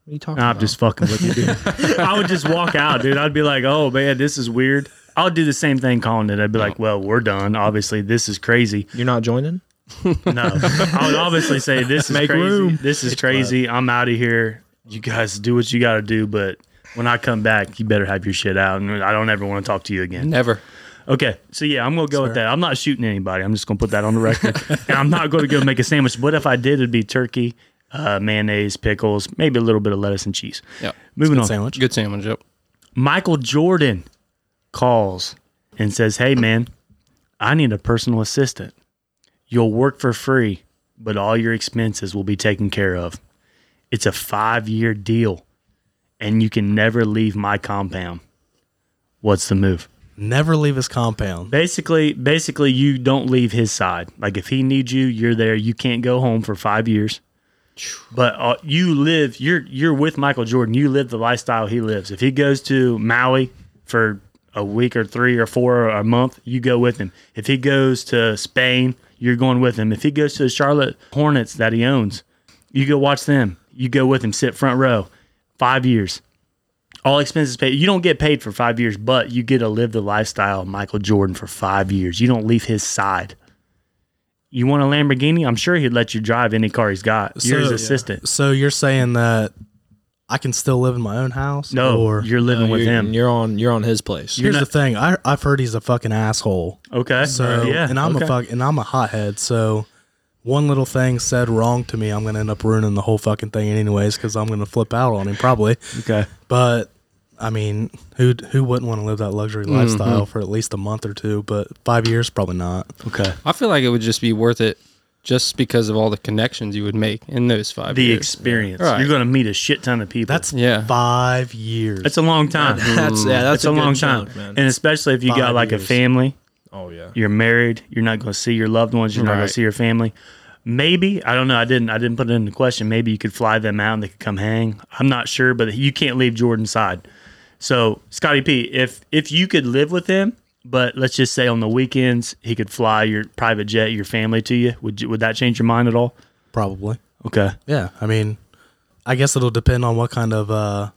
[SPEAKER 2] What are you talking
[SPEAKER 1] Nah,
[SPEAKER 2] about?
[SPEAKER 1] I'm just fucking with you, dude. I would just walk out, dude. I'd be like, oh man, this is weird. I'll do the same thing calling it. I'd be like, well, we're done. Obviously, this is crazy.
[SPEAKER 2] You're not joining?
[SPEAKER 1] No, I would obviously say this is
[SPEAKER 2] Make
[SPEAKER 1] crazy.
[SPEAKER 2] room.
[SPEAKER 1] This is crazy. I'm out of here. You guys do what you got to do, but when I come back, you better have your shit out, and I don't ever want to talk to you again.
[SPEAKER 3] Never.
[SPEAKER 1] Okay, so yeah, I'm gonna go with that. I'm not shooting anybody. I'm just gonna put that on the record. and I'm not gonna go make a sandwich. But if I did, it'd be turkey, uh, mayonnaise, pickles, maybe a little bit of lettuce and cheese.
[SPEAKER 3] Yep.
[SPEAKER 1] Moving on.
[SPEAKER 4] sandwich.
[SPEAKER 3] Good sandwich. Yep.
[SPEAKER 1] Michael Jordan calls and says, Hey, man, I need a personal assistant. You'll work for free, but all your expenses will be taken care of. It's a five year deal, and you can never leave my compound. What's the move?
[SPEAKER 4] Never leave his compound.
[SPEAKER 1] Basically, basically, you don't leave his side. Like if he needs you, you're there. You can't go home for five years. But uh, you live. You're you're with Michael Jordan. You live the lifestyle he lives. If he goes to Maui for a week or three or four or a month, you go with him. If he goes to Spain, you're going with him. If he goes to the Charlotte Hornets that he owns, you go watch them. You go with him. Sit front row. Five years. All expenses paid. You don't get paid for five years, but you get to live the lifestyle of Michael Jordan for five years. You don't leave his side. You want a Lamborghini? I'm sure he'd let you drive any car he's got. You're his
[SPEAKER 4] So-
[SPEAKER 1] assistant.
[SPEAKER 4] So you're saying that I can still live in my own house?
[SPEAKER 1] No,
[SPEAKER 4] Or
[SPEAKER 1] you're living with
[SPEAKER 2] you're,
[SPEAKER 1] him.
[SPEAKER 2] You're on you're on his place.
[SPEAKER 4] here's
[SPEAKER 1] not-
[SPEAKER 4] the thing. I I've heard he's a fucking asshole.
[SPEAKER 1] Okay.
[SPEAKER 4] So
[SPEAKER 1] yeah.
[SPEAKER 4] and I'm
[SPEAKER 1] okay.
[SPEAKER 4] a fuck and I'm a hothead. So one little thing said wrong to me, I'm gonna end up ruining the whole fucking thing anyways because I'm gonna flip out on him probably.
[SPEAKER 1] Okay.
[SPEAKER 4] But I mean, who who wouldn't want to live that luxury
[SPEAKER 1] Mm-hmm.
[SPEAKER 4] lifestyle for at least a month or two? But five years, probably not.
[SPEAKER 1] Okay.
[SPEAKER 3] I feel like it would just be worth it just because of all the connections you would make in those five
[SPEAKER 1] The
[SPEAKER 3] years.
[SPEAKER 1] experience.
[SPEAKER 3] Right.
[SPEAKER 1] You're going to meet a shit ton of people.
[SPEAKER 4] That's
[SPEAKER 3] Yeah.
[SPEAKER 4] five years.
[SPEAKER 1] that's a long time.
[SPEAKER 2] That's yeah, that's
[SPEAKER 1] That's a,
[SPEAKER 2] good
[SPEAKER 1] long time.
[SPEAKER 2] chunk, man.
[SPEAKER 1] and especially if you got
[SPEAKER 4] Five
[SPEAKER 1] like a
[SPEAKER 4] years.
[SPEAKER 1] family,
[SPEAKER 2] oh yeah.
[SPEAKER 1] you're married, you're not going to see your loved ones, you're not going
[SPEAKER 3] Right.
[SPEAKER 1] to see your family. Maybe I don't know. I didn't. I didn't put it in the question. Maybe you could fly them out and they could come hang. I'm not sure, but you can't leave Jordan's side. So Scotty P, if if you could live with him, but let's just say on the weekends he could fly your private jet, your family to you. Would you, would that change your mind at all?
[SPEAKER 4] probably.
[SPEAKER 1] Okay.
[SPEAKER 4] Yeah, I mean, I guess it'll depend on what kind of uh,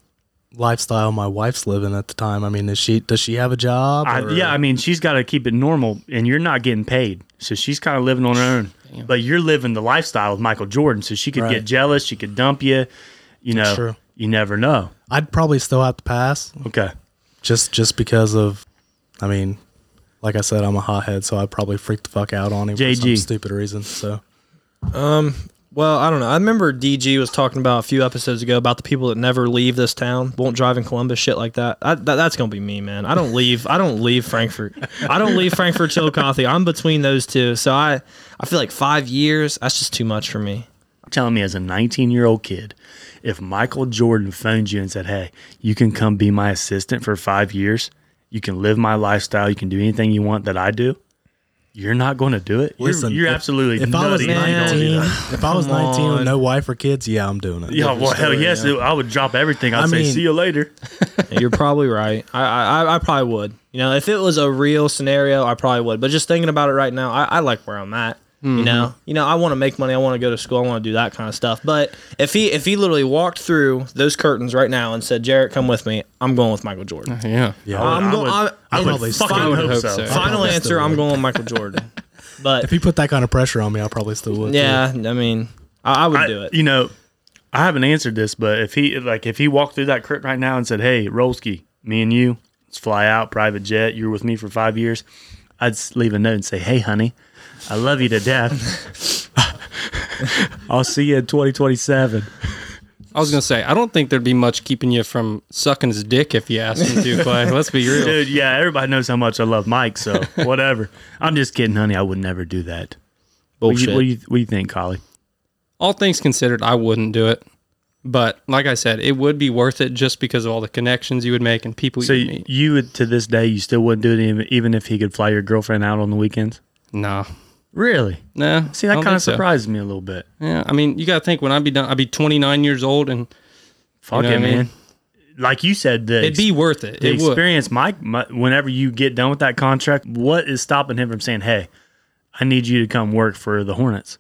[SPEAKER 4] lifestyle my wife's living at the time. I mean, is she does she have a job?
[SPEAKER 1] I,
[SPEAKER 4] or-
[SPEAKER 1] yeah, I mean, she's got to keep it normal, and you're not getting paid, so she's kind of living on her own. But you're living the lifestyle of Michael Jordan, so she could get
[SPEAKER 4] Right.
[SPEAKER 1] jealous, she could dump you. You know,
[SPEAKER 4] true.
[SPEAKER 1] you never know.
[SPEAKER 4] I'd probably still have to pass
[SPEAKER 1] Okay,
[SPEAKER 4] just just because of, I mean, like I said, I'm a hothead, so I'd probably freak the fuck out on him for
[SPEAKER 1] JG.
[SPEAKER 4] some stupid reason. So
[SPEAKER 2] Well, I don't know. I remember DG was talking about a few episodes ago about the people that never leave this town, won't drive in Columbus, shit like that. I, that that's gonna be me, man. I don't leave. I don't leave Frankfurt. I don't leave Frankfurt Chillicothe. I'm between those two, so I I feel like five years. That's just too much for me.
[SPEAKER 1] You're telling me as a 19 year old kid, if Michael Jordan phoned you and said, "Hey, you can come be my assistant for five years, you can live my lifestyle, you can do anything you want that I do," you're not going to do it. You're-
[SPEAKER 4] Listen,
[SPEAKER 1] you're,
[SPEAKER 4] if-
[SPEAKER 1] absolutely
[SPEAKER 4] if I was
[SPEAKER 1] nutty if you don't do
[SPEAKER 4] 19,
[SPEAKER 1] that.
[SPEAKER 4] if I was 19 with no wife or kids, yeah, I'm doing it.
[SPEAKER 1] Yeah, well, hell
[SPEAKER 2] story,
[SPEAKER 1] yes,
[SPEAKER 2] yeah.
[SPEAKER 1] dude, I would drop everything. I'd
[SPEAKER 4] I
[SPEAKER 1] say,
[SPEAKER 4] mean-
[SPEAKER 1] "See you later."
[SPEAKER 2] You're probably right. I, I I- I probably would. You know, if it was a real scenario, I probably would. But just thinking about it right now, I, I like where I'm at. You
[SPEAKER 1] Mm-hmm.
[SPEAKER 2] know, you know, I want to make money. I want to go to school. I want to do that kind of stuff. But if he if he literally walked through those curtains right now and said, "Jarrett, come with me," I'm going with Michael Jordan.
[SPEAKER 3] Yeah.
[SPEAKER 4] Yeah,
[SPEAKER 2] I'm
[SPEAKER 1] I
[SPEAKER 2] going.
[SPEAKER 1] would-
[SPEAKER 2] I,
[SPEAKER 1] I
[SPEAKER 2] you know,
[SPEAKER 1] would
[SPEAKER 4] still
[SPEAKER 1] fucking
[SPEAKER 2] would
[SPEAKER 1] hope
[SPEAKER 3] hope
[SPEAKER 1] so.
[SPEAKER 3] so.
[SPEAKER 2] final
[SPEAKER 4] probably
[SPEAKER 2] answer,
[SPEAKER 4] still
[SPEAKER 2] I'm
[SPEAKER 4] would.
[SPEAKER 2] going with Michael Jordan. But
[SPEAKER 4] if you put that kind of pressure on me, I probably still would. too.
[SPEAKER 2] yeah, I mean, I, I would
[SPEAKER 1] I-
[SPEAKER 2] do it.
[SPEAKER 1] You know, I haven't answered this, but if he like if he walked through that crypt right now and said, "Hey, Rolski, me and you, let's fly out private jet. You're with me for five years," I'd s- leave a note and say, "Hey, honey, I love you to death. I'll see you in 2027."
[SPEAKER 3] I was gonna say I don't think there'd be much keeping you from sucking his dick if you asked him to. Clay. let's be real.
[SPEAKER 1] Dude, yeah, everybody knows how much I love Mike, so whatever. I'm just kidding, honey. I would never do that. What do
[SPEAKER 2] Bullshit.
[SPEAKER 1] you, what do you, what do you think, Collie?
[SPEAKER 3] all things considered, I wouldn't do it. But like I said, it would be worth it just because of all the connections you would make and people
[SPEAKER 1] So
[SPEAKER 3] you
[SPEAKER 1] you,
[SPEAKER 3] meet.
[SPEAKER 1] you would to this day you still wouldn't do it even, even if he could fly your girlfriend out on the weekends?
[SPEAKER 3] Nah,
[SPEAKER 1] Really?
[SPEAKER 3] nah.
[SPEAKER 1] See,
[SPEAKER 3] I
[SPEAKER 1] that
[SPEAKER 3] don't
[SPEAKER 1] kind of
[SPEAKER 3] think so.
[SPEAKER 1] surprised me a little bit.
[SPEAKER 3] Yeah, I mean, you gotta think when I'd be done, I'd be 29 years old, and
[SPEAKER 1] Fuck
[SPEAKER 3] know
[SPEAKER 1] it,
[SPEAKER 3] what I mean?
[SPEAKER 1] man. Like you said, the,
[SPEAKER 3] it'd be worth it.
[SPEAKER 1] the
[SPEAKER 3] It would.
[SPEAKER 1] experience, Mike. My, whenever you get done with that contract, what is stopping him from saying, "Hey, I need you to come work for the Hornets,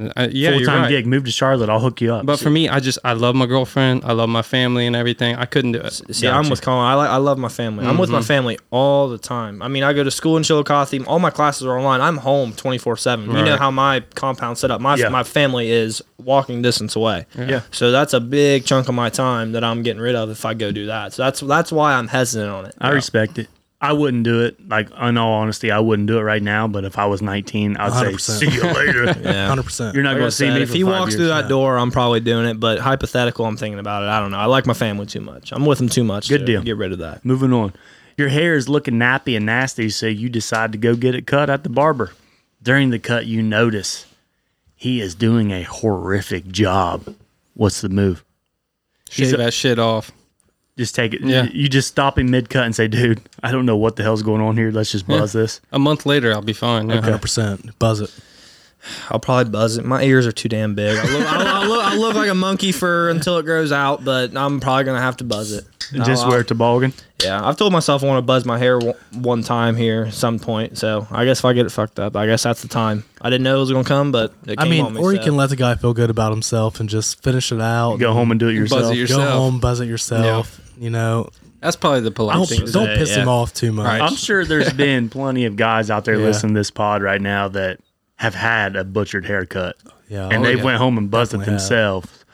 [SPEAKER 3] Uh, yeah,
[SPEAKER 1] full
[SPEAKER 3] you're
[SPEAKER 1] time
[SPEAKER 3] right.
[SPEAKER 1] gig, move to Charlotte, I'll hook you up."
[SPEAKER 3] But for me, I just I love my girlfriend, I love my family and everything. I couldn't do it.
[SPEAKER 2] See, I'm with Colin. I, like, I love my family. I'm with
[SPEAKER 1] Mm-hmm.
[SPEAKER 2] my family all the time. I mean, I go to school in Chillicothe. All my classes are online. I'm home 24 seven. You know
[SPEAKER 3] Right.
[SPEAKER 2] how my compound set up. My
[SPEAKER 1] Yeah.
[SPEAKER 2] my family is walking distance away.
[SPEAKER 1] Yeah.
[SPEAKER 2] So that's a big chunk of my time that I'm getting rid of if I go do that. So that's that's why I'm hesitant on it.
[SPEAKER 1] I respect it. I wouldn't do it. Like in all honesty, I wouldn't do it right now. But if I was 19, I'd say
[SPEAKER 4] 100%.
[SPEAKER 1] see you later.
[SPEAKER 2] Yeah.
[SPEAKER 4] hundred percent.
[SPEAKER 1] You're not
[SPEAKER 2] Like I
[SPEAKER 1] going to see
[SPEAKER 2] said,
[SPEAKER 1] me.
[SPEAKER 2] if
[SPEAKER 1] for
[SPEAKER 2] he
[SPEAKER 1] five
[SPEAKER 2] walks
[SPEAKER 1] years.
[SPEAKER 2] through that door, I'm probably doing it. But hypothetical, I'm thinking about it. I don't know. I like my family too much. I'm with them too much.
[SPEAKER 1] Good
[SPEAKER 2] to
[SPEAKER 1] deal.
[SPEAKER 2] Get rid of that.
[SPEAKER 1] Moving on. Your hair is looking nappy and nasty, so you decide to go get it cut at the barber. During the cut, you notice he is doing a horrific job. What's the move?
[SPEAKER 3] Shave
[SPEAKER 1] a-
[SPEAKER 3] that shit off.
[SPEAKER 1] Just take it.
[SPEAKER 3] Yeah.
[SPEAKER 1] You just stop him mid cut and say, dude, I don't know what the hell's going on here. Let's just buzz this.
[SPEAKER 3] A month later, I'll be fine. Yeah.
[SPEAKER 4] Hundred percent. Buzz it.
[SPEAKER 2] I'll probably buzz it. My ears are too damn big. I look, I, I look, I look like a monkey for until it grows out, but I'm probably gonna have to buzz it.
[SPEAKER 1] And just
[SPEAKER 2] I'll-
[SPEAKER 1] wear a toboggan.
[SPEAKER 2] Yeah, I've told myself I want to buzz my hair w- one time here, some point. So I guess if I get it fucked up, I guess that's the time. I didn't know it was gonna come, but it came
[SPEAKER 4] I
[SPEAKER 2] on
[SPEAKER 4] mean,
[SPEAKER 2] me,
[SPEAKER 4] or you
[SPEAKER 2] so.
[SPEAKER 4] can let the guy feel good about himself and just finish it out.
[SPEAKER 1] Go home and do it yourself.
[SPEAKER 3] Buzz it
[SPEAKER 4] Go
[SPEAKER 3] yourself.
[SPEAKER 4] home, buzz it yourself. You know,
[SPEAKER 3] That's probably the
[SPEAKER 4] I
[SPEAKER 3] polite
[SPEAKER 4] don't,
[SPEAKER 3] thing. to
[SPEAKER 4] don't
[SPEAKER 2] say,
[SPEAKER 4] piss him
[SPEAKER 2] yeah.
[SPEAKER 4] off too much.
[SPEAKER 3] Right.
[SPEAKER 1] I'm sure there's been plenty of guys out there
[SPEAKER 4] Yeah.
[SPEAKER 1] listening to this pod right now that have had a butchered haircut
[SPEAKER 4] Oh, Yeah,
[SPEAKER 1] and they
[SPEAKER 3] yeah.
[SPEAKER 1] went home and buzzed it
[SPEAKER 4] Definitely have.
[SPEAKER 1] themselves.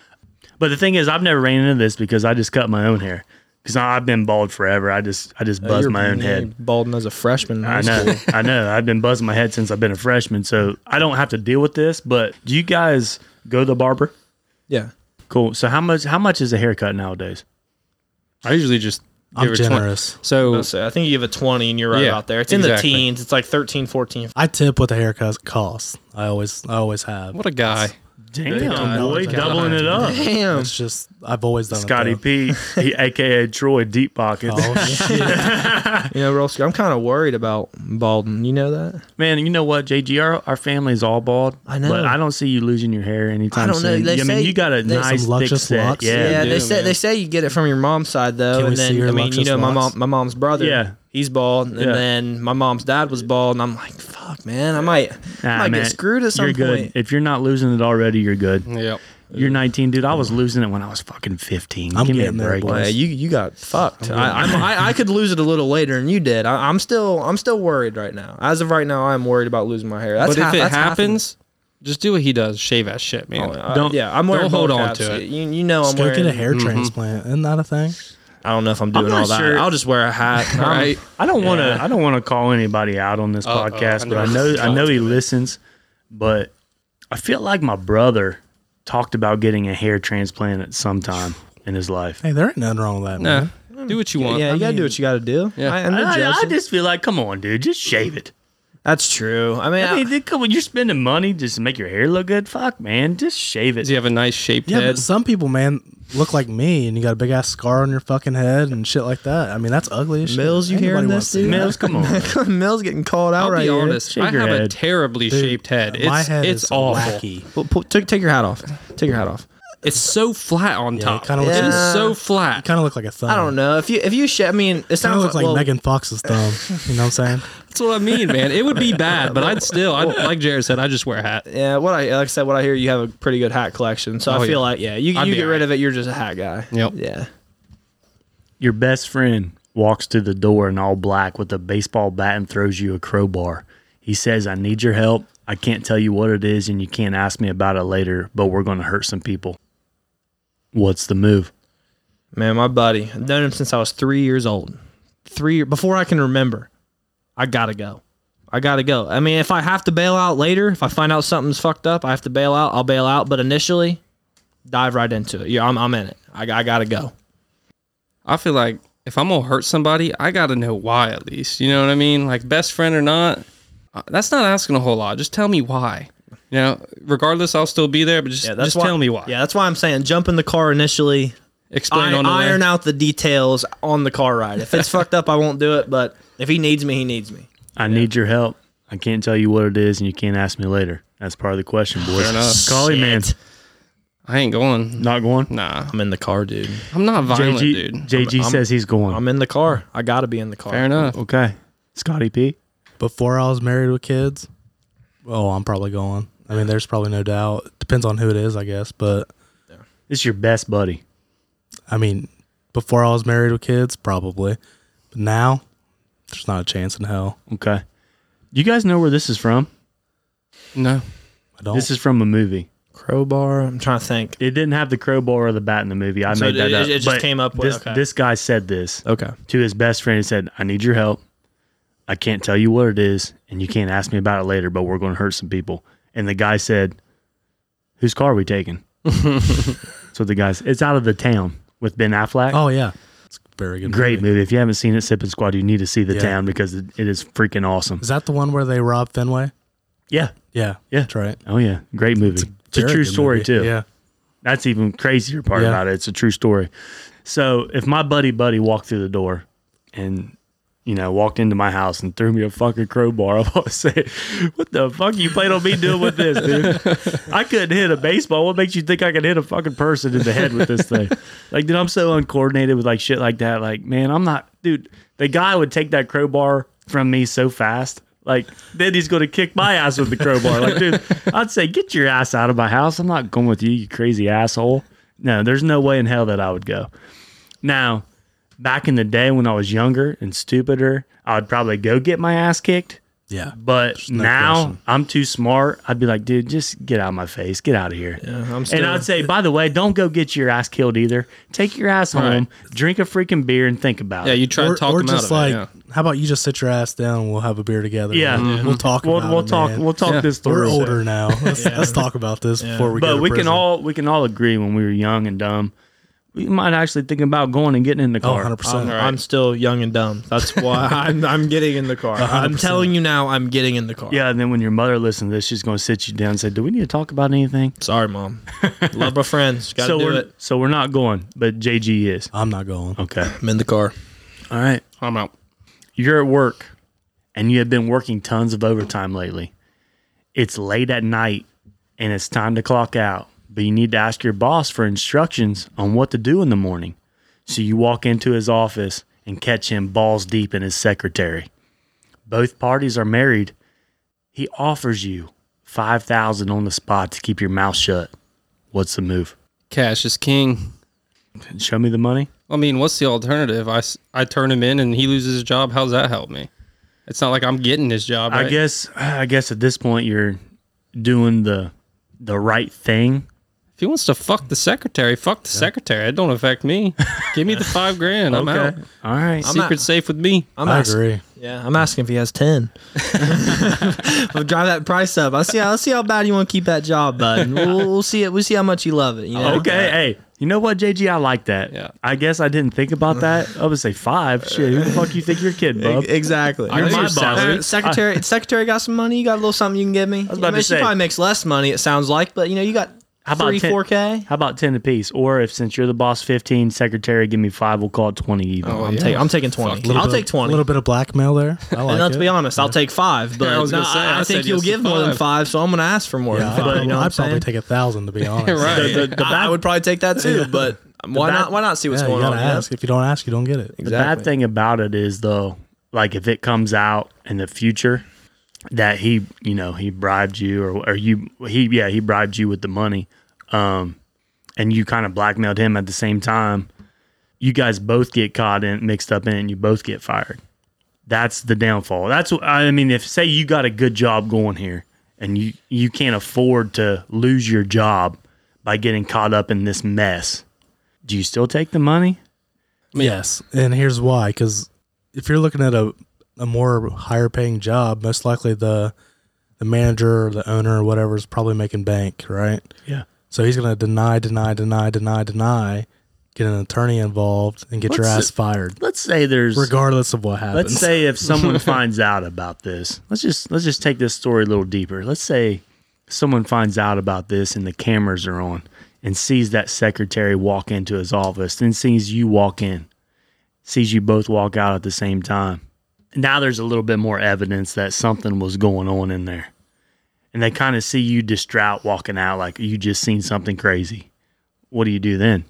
[SPEAKER 1] But the thing is, I've never ran into this because I just cut my own hair because I've been bald forever. I just I just buzz
[SPEAKER 2] You're-
[SPEAKER 1] my own
[SPEAKER 2] you're
[SPEAKER 1] head.
[SPEAKER 2] Balding as a freshman. in high
[SPEAKER 1] I
[SPEAKER 2] school.
[SPEAKER 1] know, I know. I've been buzzing my head since I've been a freshman, so I don't have to deal with this. But do you guys go to the barber?
[SPEAKER 2] Yeah.
[SPEAKER 1] Cool. So how much how much is a haircut nowadays?
[SPEAKER 3] I usually just give
[SPEAKER 4] I'm
[SPEAKER 3] her 20.
[SPEAKER 4] generous.
[SPEAKER 3] So
[SPEAKER 2] So I think you give a 20 and you're right
[SPEAKER 3] Yeah,
[SPEAKER 2] about there. It's in
[SPEAKER 3] exactly.
[SPEAKER 2] the teens. It's like 13, 14.
[SPEAKER 4] I tip what the haircut costs. I always, I always have.
[SPEAKER 3] what a guy.
[SPEAKER 1] Damn,
[SPEAKER 3] God.
[SPEAKER 1] boy, doubling it up.
[SPEAKER 2] Damn.
[SPEAKER 4] It's just I've always done.
[SPEAKER 1] Scotty
[SPEAKER 4] it
[SPEAKER 1] P, he, aka Troy Deep Pockets.
[SPEAKER 4] though. Oh, shit.
[SPEAKER 2] You know, Rolski, I'm kind of worried about Baldwin. You know that?
[SPEAKER 1] Man, you know what, JG? Our, our family is all bald.
[SPEAKER 2] I know.
[SPEAKER 1] But I don't see you losing your hair anytime
[SPEAKER 2] I don't know.
[SPEAKER 1] soon.
[SPEAKER 2] They
[SPEAKER 1] I mean,
[SPEAKER 2] say-
[SPEAKER 1] you got a
[SPEAKER 2] they-
[SPEAKER 1] nice
[SPEAKER 4] Some
[SPEAKER 1] thick
[SPEAKER 4] luscious
[SPEAKER 1] set.
[SPEAKER 4] locks.
[SPEAKER 1] Yeah.
[SPEAKER 2] yeah,
[SPEAKER 1] Yeah.
[SPEAKER 3] do,
[SPEAKER 2] they say
[SPEAKER 3] man.
[SPEAKER 2] they say you get it from your mom's side though,
[SPEAKER 4] Can we
[SPEAKER 2] and
[SPEAKER 4] see
[SPEAKER 2] then
[SPEAKER 4] your
[SPEAKER 2] I mean, you
[SPEAKER 4] Lexus
[SPEAKER 2] know, my mom,
[SPEAKER 4] locks?
[SPEAKER 2] my mom's brother,
[SPEAKER 1] Yeah.
[SPEAKER 2] he's bald, and
[SPEAKER 1] Yeah.
[SPEAKER 2] then my mom's dad was bald, and I'm like, fuck, man, I might, I might get screwed at some
[SPEAKER 1] Ah, you're good.
[SPEAKER 2] point.
[SPEAKER 1] If you're not losing it already, you're good.
[SPEAKER 3] Yep.
[SPEAKER 1] You're 19, dude. I was losing it when I was fucking 15.
[SPEAKER 4] I'm
[SPEAKER 1] Give me a
[SPEAKER 4] getting there,
[SPEAKER 1] break.
[SPEAKER 4] boy.
[SPEAKER 2] Well, you you got fucked. I, I'm, I I could lose it a little later, and you did. I, I'm still I'm still worried right now. As of right now, I'm worried about losing my hair. That's
[SPEAKER 3] but
[SPEAKER 2] half-
[SPEAKER 3] if it
[SPEAKER 2] that's half of-
[SPEAKER 3] happens, just do what he does. Shave that shit, man.
[SPEAKER 2] Uh,
[SPEAKER 1] Don't-
[SPEAKER 2] yeah, I'm wearing
[SPEAKER 3] don't hold
[SPEAKER 2] ball
[SPEAKER 3] on
[SPEAKER 2] caps.
[SPEAKER 3] to it.
[SPEAKER 2] You, you know, I'm
[SPEAKER 4] Go
[SPEAKER 2] wearing.
[SPEAKER 4] get a hair transplant. Isn't that a thing?
[SPEAKER 2] I don't know if I'm doing
[SPEAKER 1] not
[SPEAKER 2] all that.
[SPEAKER 1] sure.
[SPEAKER 2] I'll just wear a hat.
[SPEAKER 3] All
[SPEAKER 2] I'm-
[SPEAKER 3] right.
[SPEAKER 1] I don't want to. I don't want to call anybody out on this
[SPEAKER 3] Uh-oh,
[SPEAKER 1] podcast,
[SPEAKER 3] I
[SPEAKER 1] but I
[SPEAKER 3] know
[SPEAKER 1] know
[SPEAKER 3] this is
[SPEAKER 1] I know he
[SPEAKER 3] tough.
[SPEAKER 1] listens. But I feel like my brother talked about getting a hair transplant at some time in his life.
[SPEAKER 4] Hey, there ain't nothing wrong with that.
[SPEAKER 3] Nah,
[SPEAKER 4] Man.
[SPEAKER 3] do what you want.
[SPEAKER 2] Yeah, you gotta do what you gotta do.
[SPEAKER 3] Yeah.
[SPEAKER 2] I, am
[SPEAKER 1] I,
[SPEAKER 2] not
[SPEAKER 1] I
[SPEAKER 2] judging.
[SPEAKER 1] just feel like, come on, dude, just shave it.
[SPEAKER 2] That's true. I mean,
[SPEAKER 1] I
[SPEAKER 2] I
[SPEAKER 1] mean, think of when you're spending money just to make your hair look good, fuck, man, just shave it.
[SPEAKER 3] Does he have a nice shaped
[SPEAKER 4] Yeah,
[SPEAKER 3] head?
[SPEAKER 4] but some people, man, look like me, and you got a big ass scar on your fucking head and shit like that. I mean, that's ugly as shit.
[SPEAKER 2] Mills, you
[SPEAKER 4] Ain't nobody
[SPEAKER 2] hearing
[SPEAKER 4] wants
[SPEAKER 2] this,
[SPEAKER 4] to see
[SPEAKER 2] dude?
[SPEAKER 1] Mills, come on.
[SPEAKER 2] Mel's getting called out
[SPEAKER 3] I'll
[SPEAKER 2] right
[SPEAKER 3] be
[SPEAKER 2] here.
[SPEAKER 3] honest.
[SPEAKER 1] Shave
[SPEAKER 3] I
[SPEAKER 1] your
[SPEAKER 3] have a
[SPEAKER 1] head.
[SPEAKER 3] terribly
[SPEAKER 4] that.
[SPEAKER 3] shaped head.
[SPEAKER 4] My
[SPEAKER 3] It's,
[SPEAKER 4] head
[SPEAKER 3] it's
[SPEAKER 4] is
[SPEAKER 3] awful.
[SPEAKER 4] wacky.
[SPEAKER 2] Well, pull, take, take your hat off. Take your hat off.
[SPEAKER 3] It's so flat on top.
[SPEAKER 4] kinda looks
[SPEAKER 3] it
[SPEAKER 4] like-
[SPEAKER 3] is so flat.
[SPEAKER 4] Kind of look like a thumb.
[SPEAKER 2] I don't know if you if you sh- I mean, it
[SPEAKER 4] Kind of
[SPEAKER 2] sounds
[SPEAKER 4] looks like
[SPEAKER 2] well,
[SPEAKER 4] Megan Fox's thumb. You know what I'm saying?
[SPEAKER 3] That's what I mean, man. It would be bad, but I'd still, I'd, like Jared said, I'd just wear a hat.
[SPEAKER 2] Yeah, what I like I said, what I hear, you have a pretty good hat collection. So I
[SPEAKER 3] Oh,
[SPEAKER 2] feel
[SPEAKER 3] yeah.
[SPEAKER 2] like yeah, you,
[SPEAKER 3] I'd
[SPEAKER 2] you
[SPEAKER 3] be
[SPEAKER 2] get
[SPEAKER 3] all
[SPEAKER 2] rid
[SPEAKER 3] right.
[SPEAKER 2] of it. You're just a hat guy.
[SPEAKER 3] Yep.
[SPEAKER 2] Yeah.
[SPEAKER 1] Your best friend walks to the door in all black with a baseball bat and throws you a crowbar. He says, I need your help. I can't tell you what it is, and you can't ask me about it later, but we're going to hurt some people. What's the move?
[SPEAKER 2] Man, my buddy, I've known him since I was three years old. Three before I can remember, I gotta go. I gotta go. I mean, if I have to bail out later, if I find out something's fucked up, I have to bail out. I'll bail out. But initially, dive right into it. Yeah, I'm, I'm in it. I, I gotta go.
[SPEAKER 3] I feel like if I'm gonna hurt somebody, I gotta know why at least. You know what I mean? Like best friend or not, uh, that's not asking a whole lot. Just tell me why. You know, regardless, I'll still be there, but just, just
[SPEAKER 2] why,
[SPEAKER 3] tell me why.
[SPEAKER 2] Yeah, that's why I'm saying jump in the car initially.
[SPEAKER 3] Explain
[SPEAKER 2] I-
[SPEAKER 3] on the way.
[SPEAKER 2] iron out the details on the car ride. If it's fucked up, I won't do it. But if he needs me, he needs me.
[SPEAKER 1] I need your help. I can't tell you what it is, and you can't ask me later. That's part of the question, boys. Fair
[SPEAKER 3] enough.
[SPEAKER 1] Collie, man,
[SPEAKER 2] Shit.
[SPEAKER 3] I ain't going.
[SPEAKER 1] not going?
[SPEAKER 3] Nah,
[SPEAKER 2] I'm in the car, dude.
[SPEAKER 3] I'm not violent,
[SPEAKER 1] JG,
[SPEAKER 3] dude.
[SPEAKER 1] JG says he's going.
[SPEAKER 2] I'm in the car. I gotta be in the car.
[SPEAKER 3] Fair enough.
[SPEAKER 1] okay. Scotty P.
[SPEAKER 4] Before I was married with kids, oh, I'm probably going. I mean, there's probably no doubt. Depends on who it is, I guess. But
[SPEAKER 1] It's your best buddy.
[SPEAKER 4] I mean, before I was married with kids, probably. But now, there's not a chance in hell.
[SPEAKER 1] Okay. You guys know where this is from?
[SPEAKER 3] No.
[SPEAKER 4] I don't.
[SPEAKER 1] This is from a movie.
[SPEAKER 2] Crowbar. I'm trying to think.
[SPEAKER 1] It didn't have the crowbar or the bat in the movie. I
[SPEAKER 2] So
[SPEAKER 1] made that
[SPEAKER 2] it-
[SPEAKER 1] up.
[SPEAKER 2] it just
[SPEAKER 1] but
[SPEAKER 2] came up with-
[SPEAKER 1] this.
[SPEAKER 2] okay.
[SPEAKER 1] This guy said this
[SPEAKER 2] Okay.
[SPEAKER 1] to his best friend. He said, "I need your help. I can't tell you what it is, and you can't ask me about it later, but we're going to hurt some people. And the guy said, Whose car are we taking? so the guys, it's out of the town with Ben Affleck.
[SPEAKER 4] Oh yeah, it's a very good.
[SPEAKER 1] Great movie. If you haven't seen it, Sip and Squad, you need to see The
[SPEAKER 4] Yeah.
[SPEAKER 1] Town because it, it is freaking awesome.
[SPEAKER 4] Is that the one where they rob Fenway?
[SPEAKER 1] Yeah.
[SPEAKER 4] Yeah,
[SPEAKER 1] Yeah.
[SPEAKER 4] that's right.
[SPEAKER 1] Oh, yeah. Great movie. It's a,
[SPEAKER 4] Very
[SPEAKER 1] true
[SPEAKER 4] good
[SPEAKER 1] story,
[SPEAKER 4] movie.
[SPEAKER 1] too.
[SPEAKER 4] Yeah,
[SPEAKER 1] That's even crazier part
[SPEAKER 4] Yeah.
[SPEAKER 1] about it. It's a true story. So if my buddy Buddy walked through the door and you know walked into my house and threw me a fucking crowbar, I've always said, "What the fuck you plan on me doing with this, dude? I couldn't hit a baseball. What makes you think I could hit a fucking person in the head with this thing? Like, dude, I'm so uncoordinated with like shit like that. Like, man, I'm not, dude. The guy would take that crowbar from me so fast." Like then he's going to kick my ass with the crowbar. Like, dude, I'd say get your ass out of my house. I'm not going with you, you crazy asshole. No, there's no way in hell that I would go. Now, back in the day when I was younger and stupider, I'd probably go get my ass kicked.
[SPEAKER 4] yeah.
[SPEAKER 1] But
[SPEAKER 4] no
[SPEAKER 1] now
[SPEAKER 4] question.
[SPEAKER 1] I'm too smart. I'd be like, dude, just get out of my face. Get out of here.
[SPEAKER 2] I'm
[SPEAKER 1] and
[SPEAKER 2] still.
[SPEAKER 1] I'd say, by the way, don't go get your ass killed either. Take your ass home, drink a freaking beer, and think about
[SPEAKER 3] Yeah,
[SPEAKER 1] it.
[SPEAKER 3] you try
[SPEAKER 4] or,
[SPEAKER 3] to talk
[SPEAKER 4] or
[SPEAKER 3] them out
[SPEAKER 4] just
[SPEAKER 3] of
[SPEAKER 4] like,
[SPEAKER 3] it. Yeah.
[SPEAKER 4] how about you just sit your ass down? and We'll have a beer together.
[SPEAKER 1] Yeah.
[SPEAKER 4] We'll-
[SPEAKER 1] Mhm.
[SPEAKER 4] we'll talk.
[SPEAKER 1] We'll,
[SPEAKER 4] about
[SPEAKER 1] we'll
[SPEAKER 4] it,
[SPEAKER 1] talk.
[SPEAKER 4] man.
[SPEAKER 1] We'll talk
[SPEAKER 3] Yeah.
[SPEAKER 1] this through.
[SPEAKER 4] We're older now. Let's,
[SPEAKER 2] Yeah.
[SPEAKER 4] let's talk about this before we. go
[SPEAKER 1] but
[SPEAKER 4] to
[SPEAKER 1] we
[SPEAKER 4] prison.
[SPEAKER 1] can all we can all agree when we were young and dumb, we might actually think about going and getting in the
[SPEAKER 4] Oh,
[SPEAKER 1] car.
[SPEAKER 4] 100
[SPEAKER 2] I'm,
[SPEAKER 4] percent.
[SPEAKER 3] Alright.
[SPEAKER 2] I'm still young and dumb. That's why I'm, I'm getting in the car. i am
[SPEAKER 4] 100%.
[SPEAKER 2] telling you now, I'm getting in the car.
[SPEAKER 1] yeah, and then when your mother listens to this, she's going to sit you down and say, "Do we need to talk about anything?"
[SPEAKER 2] Sorry, mom. Love my friends. Gotta
[SPEAKER 1] so
[SPEAKER 2] do
[SPEAKER 1] we're
[SPEAKER 2] it.
[SPEAKER 1] so we're not going, but JG is.
[SPEAKER 4] I'm not going.
[SPEAKER 1] Okay.
[SPEAKER 2] I'm in the car.
[SPEAKER 1] All right.
[SPEAKER 3] I'm out.
[SPEAKER 1] You're at work and you have been working tons of overtime lately. It's late at night and it's time to clock out, but you need to ask your boss for instructions on what to do in the morning. So you walk into his office and catch him balls deep in his secretary. Both parties are married. He offers you 5000 on the spot to keep your mouth shut. What's the move?
[SPEAKER 3] Cash is king.
[SPEAKER 1] Show me the money?
[SPEAKER 3] I mean, what's the alternative? I, s- I turn him in and he loses his job. How's that help me? It's not like I'm getting his job.
[SPEAKER 1] I
[SPEAKER 3] right?
[SPEAKER 1] guess I guess at this point you're doing the the right thing.
[SPEAKER 3] If he wants to fuck the secretary, fuck the secretary. It don't affect me. Give me the five grand. I'm out.
[SPEAKER 1] All right.
[SPEAKER 2] I'm
[SPEAKER 3] Secret
[SPEAKER 2] out.
[SPEAKER 3] safe with me.
[SPEAKER 2] I'm
[SPEAKER 4] I
[SPEAKER 2] ask-
[SPEAKER 4] agree.
[SPEAKER 2] Yeah, I'm asking if he has ten. we'll drive that price up. I'll see. I'll see how bad you want to keep that job, bud. We'll, we'll see it. We'll see how much you love it. You know?
[SPEAKER 1] Okay, hey, you know what, JG? I like that.
[SPEAKER 3] Yeah.
[SPEAKER 1] I guess I didn't think about that. I would say five. Shit, who the fuck you think you're kidding, bub?
[SPEAKER 2] E- Exactly.
[SPEAKER 1] I
[SPEAKER 2] You're
[SPEAKER 1] got
[SPEAKER 2] my
[SPEAKER 1] your
[SPEAKER 2] boss.
[SPEAKER 1] salary.
[SPEAKER 2] Secretary, secretary got some money. You got a little something you can give me. I
[SPEAKER 1] was about to
[SPEAKER 2] she
[SPEAKER 1] say.
[SPEAKER 2] probably makes less money. It sounds like, but you know, you got
[SPEAKER 1] How about
[SPEAKER 2] three,
[SPEAKER 1] 10?
[SPEAKER 2] four k.
[SPEAKER 1] How about ten apiece? Or if since you're the boss, fifteen. Secretary, give me five. We'll call it twenty even.
[SPEAKER 3] Oh,
[SPEAKER 2] I'm,
[SPEAKER 3] yeah.
[SPEAKER 2] take, I'm taking
[SPEAKER 3] Fuck,
[SPEAKER 2] twenty.
[SPEAKER 3] little
[SPEAKER 2] I'll
[SPEAKER 4] Bit
[SPEAKER 2] take
[SPEAKER 4] of-
[SPEAKER 2] twenty.
[SPEAKER 4] A little bit of blackmail there. I like
[SPEAKER 2] and let's
[SPEAKER 4] it.
[SPEAKER 2] be honest, I'll take five. But
[SPEAKER 3] I was
[SPEAKER 2] no, I,
[SPEAKER 3] gonna say,
[SPEAKER 2] I
[SPEAKER 3] I said
[SPEAKER 2] think you'll
[SPEAKER 3] yes to
[SPEAKER 2] give more than
[SPEAKER 3] five.
[SPEAKER 2] five, so I'm going to ask for more
[SPEAKER 4] Yeah,
[SPEAKER 2] than
[SPEAKER 4] I,
[SPEAKER 2] five. you know what I'm
[SPEAKER 4] would probably
[SPEAKER 2] saying?
[SPEAKER 4] take a thousand to be honest.
[SPEAKER 3] right.
[SPEAKER 1] The, the- the
[SPEAKER 2] I, I
[SPEAKER 1] bad,
[SPEAKER 2] would probably take that too, but why
[SPEAKER 1] back-
[SPEAKER 2] not? Why not see what's
[SPEAKER 4] Yeah, you
[SPEAKER 2] going
[SPEAKER 4] gotta
[SPEAKER 2] on? yeah?
[SPEAKER 4] ask. If you don't ask, you don't get it.
[SPEAKER 1] the bad thing about it is though, like if it comes out in the future that he, you know, he bribed you or or you he yeah he bribed you with the money, um, and you kind of blackmailed him at the same time. You guys both get caught in mixed up in it, and you both get fired. that's the downfall. That's what I mean. If say you got a good job going here, and you you can't afford to lose your job by getting caught up in this mess, do you still take the money?
[SPEAKER 4] Yes, and here's why: because if you're looking at a a more higher paying job, most likely the the manager or the owner or whatever is probably making bank, right?
[SPEAKER 1] Yeah.
[SPEAKER 4] So he's gonna deny, deny, deny, deny, deny, get an attorney involved, and get your
[SPEAKER 1] Let's-
[SPEAKER 4] ass fired,
[SPEAKER 1] Let's say there's.
[SPEAKER 4] regardless of what happens.
[SPEAKER 1] let's say if someone finds out about this, let's just let's just take this story a little deeper. Let's say someone finds out about this and the cameras are on and sees that secretary walk into his office, then sees you walk in, sees you both walk out at the same time. now there's a little bit more evidence that something was going on in there. And they kind of see you distraught walking out like you just seen something crazy. What do you do then?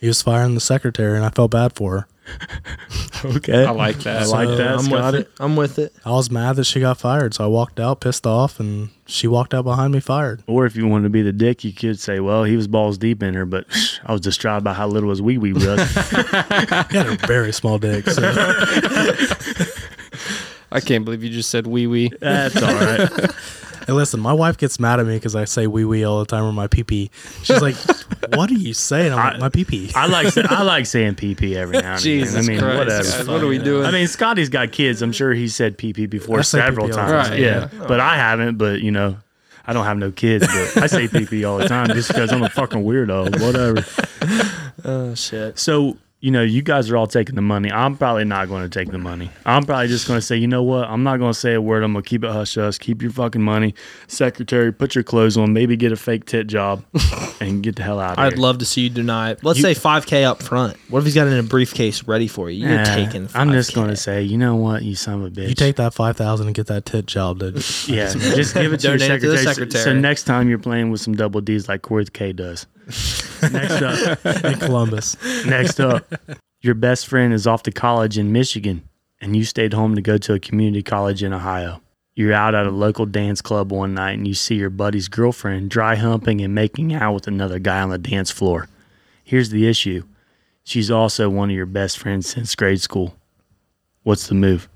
[SPEAKER 4] he was firing the secretary, and I felt bad for her.
[SPEAKER 1] Okay.
[SPEAKER 3] I like
[SPEAKER 1] I
[SPEAKER 3] that.
[SPEAKER 1] like that.
[SPEAKER 2] I'm
[SPEAKER 1] Scott.
[SPEAKER 2] with it. I'm with it.
[SPEAKER 4] I was mad that she got fired, so I walked out pissed off, and she walked out behind me fired.
[SPEAKER 1] Or if you wanted to be the dick, you could say, "Well, he was balls deep in her, but I was distraught by how little his wee wee was."
[SPEAKER 4] He had a very small dick. So.
[SPEAKER 3] I can't believe you just said wee wee.
[SPEAKER 1] That's all right.
[SPEAKER 4] Hey, listen, my wife gets mad at me because I say wee wee all the time or my pee pee. She's like, "What are you saying?" I'm like, "My pee pee."
[SPEAKER 1] I like sa- I like saying PP every now and
[SPEAKER 3] Jesus
[SPEAKER 1] again. I mean,
[SPEAKER 3] Christ,
[SPEAKER 1] whatever.
[SPEAKER 3] guys, what are we doing?
[SPEAKER 1] I mean, Scotty's got kids. I'm sure he said PP before
[SPEAKER 4] I say
[SPEAKER 1] several
[SPEAKER 4] PP all the
[SPEAKER 1] times.
[SPEAKER 3] time.
[SPEAKER 1] yeah. but I haven't. But you know, I don't have no kids. But I say PP all the time just because I'm a fucking weirdo. Whatever.
[SPEAKER 2] Oh shit.
[SPEAKER 1] So you know, you guys are all taking the money. I'm probably not going to take the money. I'm probably just going to say, you know what? I'm not going to say a word. I'm going to keep it hush hush. Keep your fucking money, secretary. Put your clothes on. Maybe get a fake tit job, and get the hell out of here.
[SPEAKER 2] I'd love to see you deny it. Let's say 5K up front. What if he's got it in a briefcase ready for you? You're
[SPEAKER 1] Nah,
[SPEAKER 2] taking. 5
[SPEAKER 1] I'm just going to say, you know what, you son of a bitch.
[SPEAKER 4] You take that five thousand and get that tit job, dude.
[SPEAKER 1] yeah, just give it to your
[SPEAKER 2] Donate it
[SPEAKER 1] secretary.
[SPEAKER 2] to the
[SPEAKER 1] So- So
[SPEAKER 2] secretary.
[SPEAKER 1] next time you're playing with some double D's like Worth K does. next up,
[SPEAKER 4] in Columbus.
[SPEAKER 1] next up, your best friend is off to college in Michigan, and you stayed home to go to a community college in Ohio. You're out at a local dance club one night, and you see your buddy's girlfriend dry humping and making out with another guy on the dance floor. Here's the issue: she's also one of your best friends since grade school. What's the move?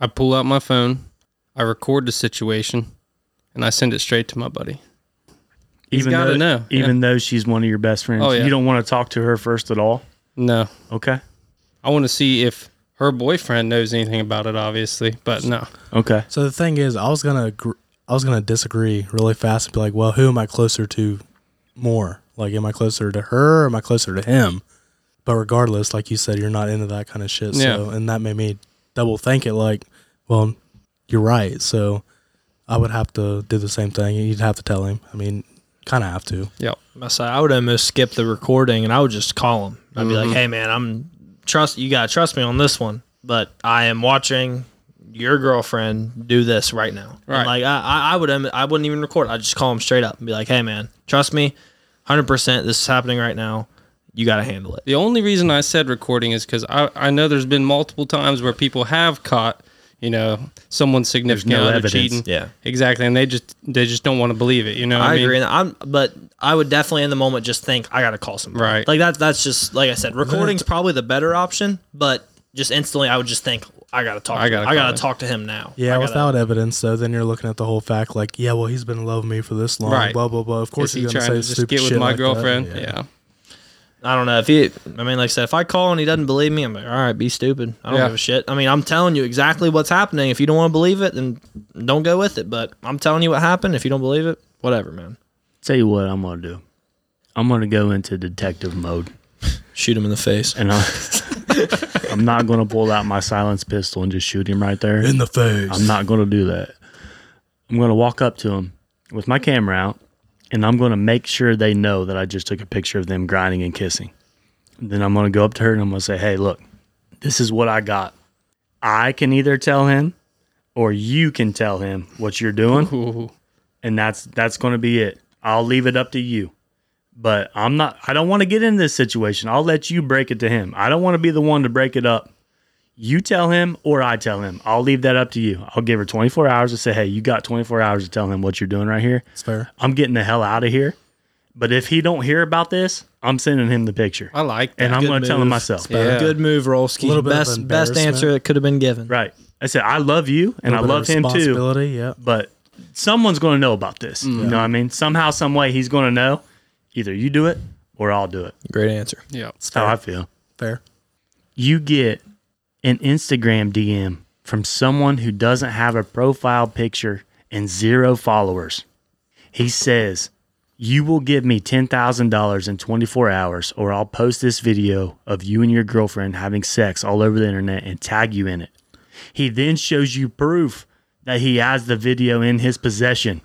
[SPEAKER 3] I pull out my phone, I record the situation, and I send it straight to my buddy.
[SPEAKER 1] even
[SPEAKER 3] gotta
[SPEAKER 1] though,
[SPEAKER 3] know, yeah.
[SPEAKER 1] even though she's one of your best friends,
[SPEAKER 3] Oh, yeah.
[SPEAKER 1] you don't want to talk to her first at all.
[SPEAKER 3] No,
[SPEAKER 1] Okay.
[SPEAKER 3] I want to see if her boyfriend knows anything about it, obviously, but no.
[SPEAKER 1] Okay.
[SPEAKER 4] So the thing is, I was gonna gr- I was gonna disagree really fast and be like, well, who am I closer to more? Like, am I closer to her or am I closer to him? But regardless, like you said, you're not into that kind of shit. So
[SPEAKER 3] Yeah.
[SPEAKER 4] and that made me double think it. Like, well, you're right. So I would have to do the same thing. You'd have to tell him. I mean, kind of have to.
[SPEAKER 3] Yep.
[SPEAKER 2] I say, I would almost skip the recording and I would just call him. I'd be like, "Hey, man, I'm trust you. Got to trust me on this one, but I am watching your girlfriend do this right now. And,
[SPEAKER 3] Right.
[SPEAKER 2] like, I, I, I would, um, I wouldn't even record. I'd just call him straight up and be like, "Hey, man, trust me, hundred percent. This is happening right now. You got to handle it.
[SPEAKER 3] The only reason I said recording is because I, I know there's been multiple times where people have caught, you know, someone significant
[SPEAKER 1] no
[SPEAKER 3] other
[SPEAKER 1] evidence.
[SPEAKER 3] cheating.
[SPEAKER 2] Yeah.
[SPEAKER 3] Exactly. And they just they just don't want to believe it, you know what
[SPEAKER 2] I,
[SPEAKER 3] I, mean?
[SPEAKER 2] agree. And I'm, but I would definitely in the moment just think I got to call somebody.
[SPEAKER 3] Right.
[SPEAKER 2] Like that's that's just like I said, recording's probably the better option. But just instantly, I would just think I got to talk.
[SPEAKER 3] I
[SPEAKER 2] I got
[SPEAKER 3] gotta
[SPEAKER 2] I
[SPEAKER 3] call
[SPEAKER 2] got
[SPEAKER 3] him."
[SPEAKER 2] to talk to him now.
[SPEAKER 4] Yeah,
[SPEAKER 2] I gotta-
[SPEAKER 4] without evidence, though, then you're looking at the whole fact, like, yeah, well, he's been loving me for this long,
[SPEAKER 3] Right.
[SPEAKER 4] blah blah blah. Of
[SPEAKER 3] Is
[SPEAKER 4] course,
[SPEAKER 3] he
[SPEAKER 4] he's gonna
[SPEAKER 3] trying to just
[SPEAKER 4] say stupid
[SPEAKER 3] get with
[SPEAKER 4] shit
[SPEAKER 3] my
[SPEAKER 4] like that.
[SPEAKER 3] girlfriend?
[SPEAKER 4] Yeah.
[SPEAKER 3] yeah.
[SPEAKER 2] I don't know if he. I mean, like I said, if I call and he doesn't believe me, I'm like, all right, be stupid. I don't
[SPEAKER 3] Yeah.
[SPEAKER 2] give a shit. I mean, I'm telling you exactly what's happening. If you don't want to believe it, then don't go with it. But I'm telling you what happened. If you don't believe it, whatever, man.
[SPEAKER 1] Tell you what I'm gonna do. I'm gonna go into detective mode,
[SPEAKER 2] Shoot him in the face.
[SPEAKER 1] and I'm, I'm not gonna pull out my silenced pistol and just shoot him right there.
[SPEAKER 4] In the face.
[SPEAKER 1] I'm not gonna do that. I'm gonna walk up to him with my camera out, and I'm gonna make sure they know that I just took a picture of them grinding and kissing. then I'm gonna go up to her and I'm gonna say, "Hey, look, this is what I got. I can either tell him, or you can tell him what you're doing."
[SPEAKER 3] Ooh.
[SPEAKER 1] and that's that's going to be it. I'll leave it up to you. But I'm not I don't want to get in this situation. I'll let you break it to him. I don't want to be the one to break it up. You tell him or I tell him. I'll leave that up to you. I'll give her 24 hours to say, "Hey, you got 24 hours to tell him what you're doing right here.
[SPEAKER 4] It's fair.
[SPEAKER 1] I'm getting the hell out of here." But if he don't hear about this, I'm sending him the picture.
[SPEAKER 3] I like that.
[SPEAKER 1] And I'm
[SPEAKER 2] good
[SPEAKER 1] going to tell him
[SPEAKER 2] move.
[SPEAKER 1] myself.
[SPEAKER 3] Yeah.
[SPEAKER 2] Good move, Rolski.
[SPEAKER 4] Little bit of
[SPEAKER 2] best best
[SPEAKER 4] embarrassment.
[SPEAKER 2] answer that could have been given.
[SPEAKER 1] Right. I said, "I love you and I
[SPEAKER 4] Little bit
[SPEAKER 1] love
[SPEAKER 4] of
[SPEAKER 1] him too."
[SPEAKER 4] responsibility, Yeah.
[SPEAKER 1] but someone's going to know about this. You know what I mean? Somehow, some way, he's going to know. Either you do it or I'll do it.
[SPEAKER 2] Great answer.
[SPEAKER 3] Yeah.
[SPEAKER 1] That's how I feel.
[SPEAKER 4] Fair.
[SPEAKER 1] You get an Instagram DM from someone who doesn't have a profile picture and zero followers. He says, You will give me $10,000 in 24 hours, or I'll post this video of you and your girlfriend having sex all over the internet and tag you in it. He then shows you proof that he has the video in his possession.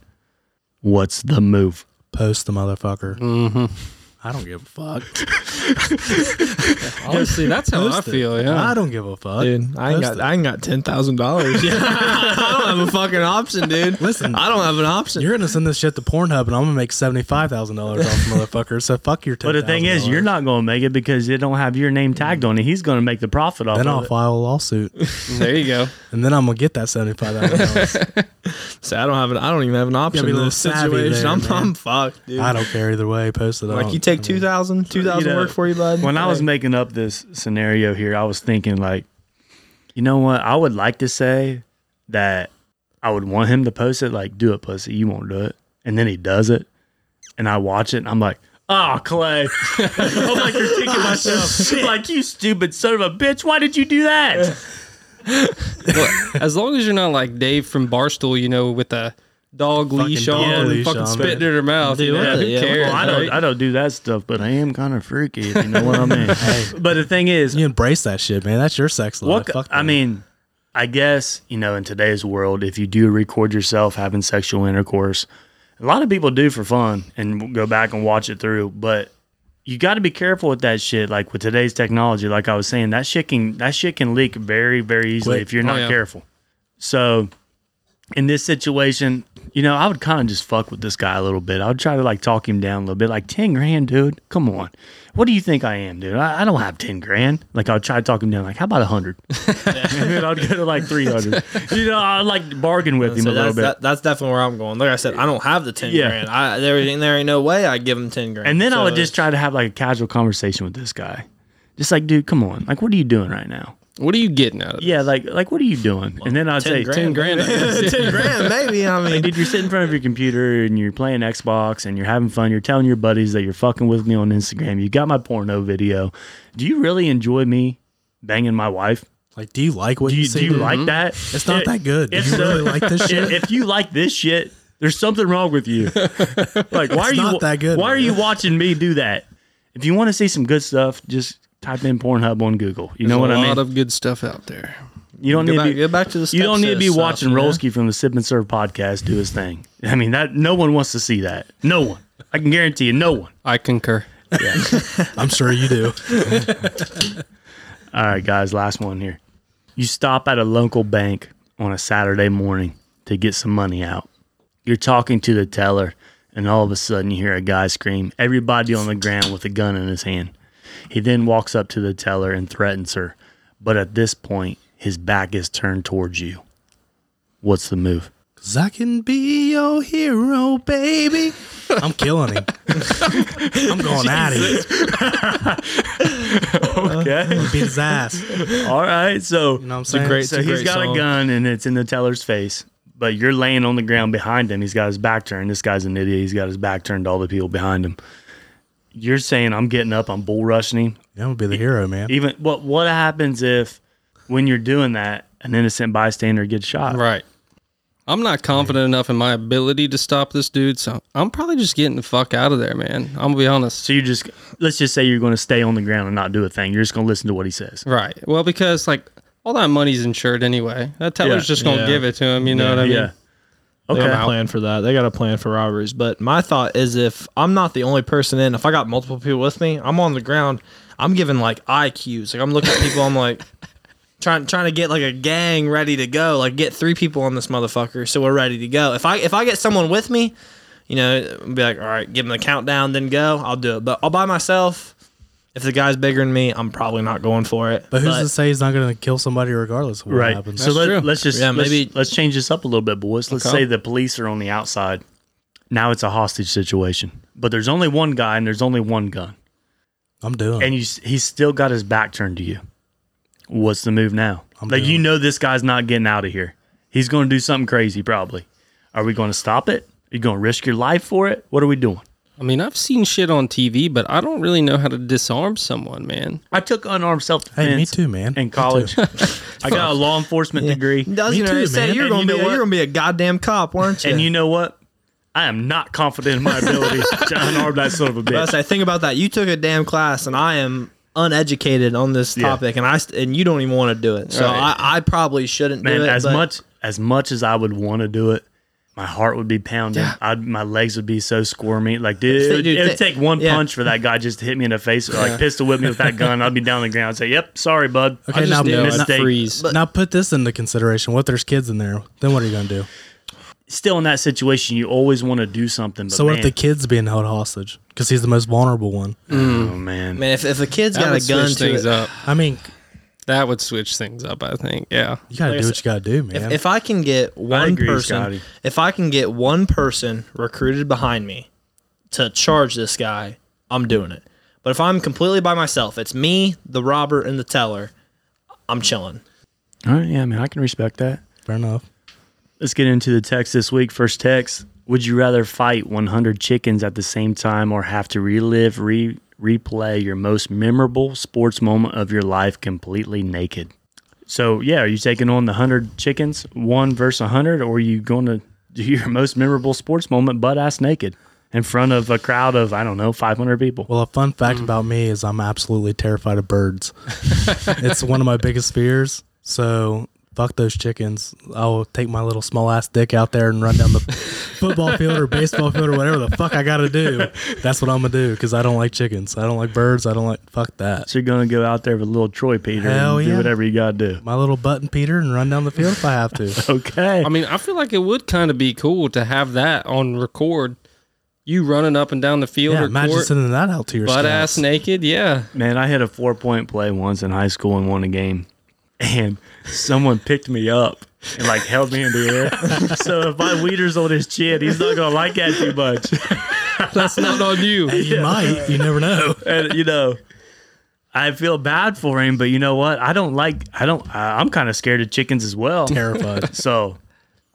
[SPEAKER 1] What's the move?
[SPEAKER 4] Post the motherfucker.
[SPEAKER 2] Mm-hmm.
[SPEAKER 4] I don't give a fuck.
[SPEAKER 3] Honestly, that's how I
[SPEAKER 4] Post it.
[SPEAKER 3] feel. Yeah.
[SPEAKER 4] I don't give a fuck.
[SPEAKER 2] Dude, I ain't
[SPEAKER 4] Post
[SPEAKER 2] got I ain't got ten thousand dollars. I don't have a fucking option, dude.
[SPEAKER 4] Listen,
[SPEAKER 2] I don't have an option.
[SPEAKER 4] you're gonna send this shit to Pornhub, and I'm gonna make seventy five thousand dollars off the motherfucker. So fuck your. $10,
[SPEAKER 1] But the thing is, you're not going to make it because it don't have your name tagged on it. He's going to make the profit off
[SPEAKER 4] Then
[SPEAKER 1] of
[SPEAKER 4] I'll
[SPEAKER 1] it.
[SPEAKER 4] file a lawsuit,
[SPEAKER 3] There you go.
[SPEAKER 4] and then I'm gonna get that seventy five thousand dollars.
[SPEAKER 2] See, I don't have an I don't even have an option
[SPEAKER 4] be a
[SPEAKER 2] in
[SPEAKER 4] little
[SPEAKER 2] this
[SPEAKER 4] savvy
[SPEAKER 2] situation.
[SPEAKER 4] there,
[SPEAKER 2] I'm,
[SPEAKER 4] man.
[SPEAKER 2] I'm fucked, dude.
[SPEAKER 4] I don't care either way. Post it. I
[SPEAKER 2] Like
[SPEAKER 4] don't-
[SPEAKER 2] you take 2,000, 2,000
[SPEAKER 1] know,
[SPEAKER 2] work for you, bud.
[SPEAKER 1] When I was making up this scenario here, I was thinking like, you know what? I would like to say that I would want him to post it, like, do it, pussy. You won't do it. And then he does it. And I watch it and I'm like, oh, Clay. I'm like, you're kicking
[SPEAKER 3] Ah,
[SPEAKER 1] myself. like, you stupid son of a bitch. Why did you do that?
[SPEAKER 3] Well, as long as you're not like Dave from Barstool, you know, with a dog leash
[SPEAKER 4] dog
[SPEAKER 3] on and
[SPEAKER 4] leash
[SPEAKER 3] fucking
[SPEAKER 4] on,
[SPEAKER 3] spitting
[SPEAKER 4] man.
[SPEAKER 3] in her mouth.
[SPEAKER 2] Dude,
[SPEAKER 3] you know,
[SPEAKER 2] what
[SPEAKER 3] who
[SPEAKER 2] the- yeah,
[SPEAKER 3] cares?
[SPEAKER 1] Well, I don't,
[SPEAKER 3] right?
[SPEAKER 1] I don't do that stuff, but I am kind of freaky, if you know what I mean. But the thing is,
[SPEAKER 4] You embrace that shit, man. That's your sex life.
[SPEAKER 1] What c-
[SPEAKER 4] Fuck
[SPEAKER 1] I
[SPEAKER 4] that.
[SPEAKER 1] mean, I guess you know in today's world, if you do record yourself having sexual intercourse, a lot of people do for fun and go back and watch it through. But you got to be careful with that shit. Like with today's technology, like I was saying, that shit can that shit can leak very very easily
[SPEAKER 4] Quick.
[SPEAKER 1] if you're not
[SPEAKER 3] yeah.
[SPEAKER 1] careful. So in this situation, you know, I would kind of just fuck with this guy a little bit. I would try to like talk him down a little bit. Like ten grand, dude. Come on. What do you think I am, dude? I, I don't have ten grand. Like I would try to talk him down. Like how about a hundred? and then I'd go to like three hundred. You know, I like bargain with him a
[SPEAKER 2] So
[SPEAKER 1] little
[SPEAKER 2] that's,
[SPEAKER 1] bit.
[SPEAKER 2] that, that's definitely where I'm going. Like I said, I don't have the ten
[SPEAKER 1] Yeah.
[SPEAKER 2] grand. I there ain't there ain't no way I give him ten grand.
[SPEAKER 1] And then I
[SPEAKER 2] So
[SPEAKER 1] would just
[SPEAKER 2] it's-
[SPEAKER 1] try to have like a casual conversation with this guy. Just like, dude, come on. Like, what are you doing right now?
[SPEAKER 3] What are you getting out of
[SPEAKER 1] Yeah, like, like, what are you doing? And then I'd say,
[SPEAKER 2] grand.
[SPEAKER 3] 10 grand? I guess.
[SPEAKER 2] ten grand, maybe. I mean,
[SPEAKER 1] Like, dude, you're sitting in front of your computer and you're playing Xbox and you're having fun. You're telling your buddies that you're fucking with me on Instagram. You got my porno video. Do you really enjoy me banging my wife?
[SPEAKER 4] like, do you like what
[SPEAKER 1] Do
[SPEAKER 4] you,
[SPEAKER 1] you,
[SPEAKER 4] see?
[SPEAKER 1] do you
[SPEAKER 4] dude?
[SPEAKER 1] like that?
[SPEAKER 4] "Mm-hmm." It's not
[SPEAKER 1] It-
[SPEAKER 4] that good. Do
[SPEAKER 1] it's
[SPEAKER 4] you
[SPEAKER 1] so-
[SPEAKER 4] really like this shit?
[SPEAKER 1] if, if you like this shit, there's something wrong with you. Like, why are you
[SPEAKER 4] not that good,
[SPEAKER 1] Why are
[SPEAKER 4] man.
[SPEAKER 1] you watching me do that? If you want to see some good stuff, just type in Pornhub on Google. You know what
[SPEAKER 3] a
[SPEAKER 1] I mean?
[SPEAKER 3] lot of good stuff out there.
[SPEAKER 1] you don't
[SPEAKER 2] go
[SPEAKER 1] need
[SPEAKER 2] back,
[SPEAKER 1] to be,
[SPEAKER 2] go back to the.
[SPEAKER 1] you don't need to be
[SPEAKER 2] stepsis stuff,
[SPEAKER 1] watching
[SPEAKER 2] you know?
[SPEAKER 1] Rolski from the Sip and Serve podcast do his thing. I mean that no one wants to see that. No one. I can guarantee you, no one.
[SPEAKER 3] I concur.
[SPEAKER 4] I'm sure you do.
[SPEAKER 1] All right, guys, last one here. You stop at a local bank on a Saturday morning to get some money out. You're talking to the teller, and all of a sudden you hear a guy scream, everybody on the ground with a gun in his hand. He then walks up to the teller and threatens her, but at this point, his back is turned towards you. What's the move?
[SPEAKER 4] 'Cause I can be your hero, baby. I'm killing him. I'm going at him.
[SPEAKER 1] Okay.
[SPEAKER 4] Beat his ass. You
[SPEAKER 1] all right. So
[SPEAKER 4] know what I'm saying?
[SPEAKER 2] great-
[SPEAKER 1] so
[SPEAKER 2] a
[SPEAKER 1] he's got a
[SPEAKER 2] song.
[SPEAKER 1] gun and it's in the teller's face, but you're laying on the ground behind him. He's got his back turned. This guy's an idiot. He's got his back turned to all the people behind him. You're saying I'm getting up, I'm bull rushing him.
[SPEAKER 4] Yeah, I'm gonna be the hero, man.
[SPEAKER 1] Even what what happens if when you're doing that, an innocent bystander gets shot?
[SPEAKER 3] Right. I'm not confident enough in my ability to stop this dude, so I'm probably just getting the fuck out of there, man. I'm gonna be honest.
[SPEAKER 1] So you just let's just say you're going to stay on the ground and not do a thing. You're just going to listen to what he says.
[SPEAKER 3] Right. Well, because like all that money's insured anyway. That teller's
[SPEAKER 1] Yeah.
[SPEAKER 3] just gonna
[SPEAKER 2] Yeah.
[SPEAKER 3] give it to him. You know what I mean?
[SPEAKER 1] Yeah.
[SPEAKER 2] They got a
[SPEAKER 1] Okay.
[SPEAKER 2] plan for that. They got a plan for robberies. But my thought is if I'm not the only person in, if I got multiple people with me, I'm on the ground. I'm giving like IQs. Like I'm looking at people. I'm like trying trying to get like a gang ready to go. Like get three people on this motherfucker, so we're ready to go. If I if I get someone with me, you know, I'll be like, all right, give them the countdown, then go. I'll do it. But all by myself, if the guy's bigger than me, I'm probably not going for it.
[SPEAKER 4] But who's to say he's not gonna kill somebody regardless of what
[SPEAKER 1] Right.
[SPEAKER 4] happens?
[SPEAKER 1] So
[SPEAKER 3] true.
[SPEAKER 1] let, let's just
[SPEAKER 2] Yeah,
[SPEAKER 1] let's-
[SPEAKER 2] maybe-
[SPEAKER 1] let's, change this up a little bit, boys. Let's
[SPEAKER 3] Okay.
[SPEAKER 1] say the police are on the outside. Now it's a hostage situation, but there's only one guy and there's only one gun,
[SPEAKER 4] I'm doing.
[SPEAKER 1] and you s- he's still got his back turned to you. What's the move now?
[SPEAKER 4] I'm
[SPEAKER 1] like
[SPEAKER 4] doing
[SPEAKER 1] you
[SPEAKER 4] it.
[SPEAKER 1] know this guy's not getting out of here. He's going to do something crazy probably. Are we going to stop it? Are you going to risk your life for it? What are we doing?
[SPEAKER 3] I mean, I've seen shit on TV, but I don't really know how to disarm someone, man.
[SPEAKER 1] I took unarmed self
[SPEAKER 4] Hey,
[SPEAKER 1] defense.
[SPEAKER 4] me too, man.
[SPEAKER 1] In college, I got a law enforcement degree.
[SPEAKER 2] Does
[SPEAKER 4] Me
[SPEAKER 2] you know,
[SPEAKER 4] too,
[SPEAKER 2] say
[SPEAKER 4] man.
[SPEAKER 2] you're
[SPEAKER 1] And
[SPEAKER 2] gonna
[SPEAKER 1] you
[SPEAKER 2] be
[SPEAKER 1] know
[SPEAKER 2] a,
[SPEAKER 1] what?
[SPEAKER 2] you're gonna be a goddamn cop, weren't you?
[SPEAKER 1] And you know what? I am not confident in my ability to unarm that son of a
[SPEAKER 2] But I
[SPEAKER 1] bitch.
[SPEAKER 2] say, think about that. You took a damn class, and I am uneducated on this topic, and I st- and you don't even want to do it. So
[SPEAKER 3] Right.
[SPEAKER 2] I, I probably shouldn't
[SPEAKER 1] Man,
[SPEAKER 2] do it.
[SPEAKER 1] as
[SPEAKER 2] but
[SPEAKER 1] much as much as I would want to do it, my heart would be pounding. I'd, my legs would be so squirmy. Like, dude, it would,
[SPEAKER 2] Dude,
[SPEAKER 1] it would
[SPEAKER 2] th-
[SPEAKER 1] take one
[SPEAKER 2] yeah.
[SPEAKER 1] punch for that guy just to hit me in the face or like pistol whip me with that gun. I'd be down on the ground. I'd say, "Yep, sorry, bud. I
[SPEAKER 4] Okay,
[SPEAKER 1] just
[SPEAKER 4] now-
[SPEAKER 1] did
[SPEAKER 4] No,
[SPEAKER 1] a
[SPEAKER 3] No, I
[SPEAKER 1] mistake."
[SPEAKER 3] freeze.
[SPEAKER 4] now put this into consideration. What if there's kids in there? Then what are you gonna do?
[SPEAKER 1] Still in that situation, you always want to do something. But
[SPEAKER 4] So what
[SPEAKER 1] man,
[SPEAKER 4] if the kid's being held hostage? Because he's the most vulnerable one.
[SPEAKER 2] Mm.
[SPEAKER 1] oh man,
[SPEAKER 2] man, if, if a kid's
[SPEAKER 3] That
[SPEAKER 2] got
[SPEAKER 3] would
[SPEAKER 2] a gun
[SPEAKER 3] switch
[SPEAKER 2] to
[SPEAKER 3] things
[SPEAKER 2] it,
[SPEAKER 3] up.
[SPEAKER 4] I mean,
[SPEAKER 3] That would switch things up, I think. Yeah.
[SPEAKER 4] you gotta
[SPEAKER 2] Like I
[SPEAKER 4] do what you gotta do, man.
[SPEAKER 2] if, if I can get one
[SPEAKER 1] agree,
[SPEAKER 2] person,
[SPEAKER 1] Scotty.
[SPEAKER 2] if I can get one person recruited behind me to charge this guy, I'm doing it. But if I'm completely by myself, it's me, the robber, and the teller. I'm chilling.
[SPEAKER 1] all right, yeah, man, I can respect that.
[SPEAKER 4] Fair enough.
[SPEAKER 1] Let's get into the text this week. First text: Would you rather fight 100 chickens at the same time, or have to relive, re replay your most memorable sports moment of your life completely naked? So, yeah, are you taking on the 100 chickens, one versus 100, or are you going to do your most memorable sports moment butt ass naked in front of a crowd of I don't know 500 people?
[SPEAKER 4] Well, a fun
[SPEAKER 3] Mm.
[SPEAKER 4] fact about me is I'm absolutely terrified of birds. it's one of my biggest fears. So fuck those chickens. I'll take my little small ass dick out there and run down the football field or baseball field or whatever the fuck I got to do. That's what I'm gonna do because I don't like chickens. I don't like birds. I don't like fuck that.
[SPEAKER 1] So you're going to go out there with little Troy Peter
[SPEAKER 4] Hell
[SPEAKER 1] and do
[SPEAKER 4] yeah.
[SPEAKER 1] whatever you got to do.
[SPEAKER 4] My little button Peter and run down the field if I have to.
[SPEAKER 1] Okay.
[SPEAKER 3] I mean, I feel like it would kind of be cool to have that on record. You running up and down the field
[SPEAKER 4] yeah,
[SPEAKER 3] or
[SPEAKER 4] imagine
[SPEAKER 3] court,
[SPEAKER 4] sending that out to your
[SPEAKER 3] butt
[SPEAKER 4] scouts.
[SPEAKER 3] ass naked. Yeah.
[SPEAKER 1] Man, I hit a four point play once in high school and won a game. And someone picked me up and like held me in the air. so if my wiener's on his chin, he's not gonna like that too much.
[SPEAKER 3] That's not on you.
[SPEAKER 4] You might. You never know.
[SPEAKER 1] And you know, I feel bad for him, but you know what? I don't like. I don't. I, I'm kind of scared of chickens as well.
[SPEAKER 4] Terrified.
[SPEAKER 1] So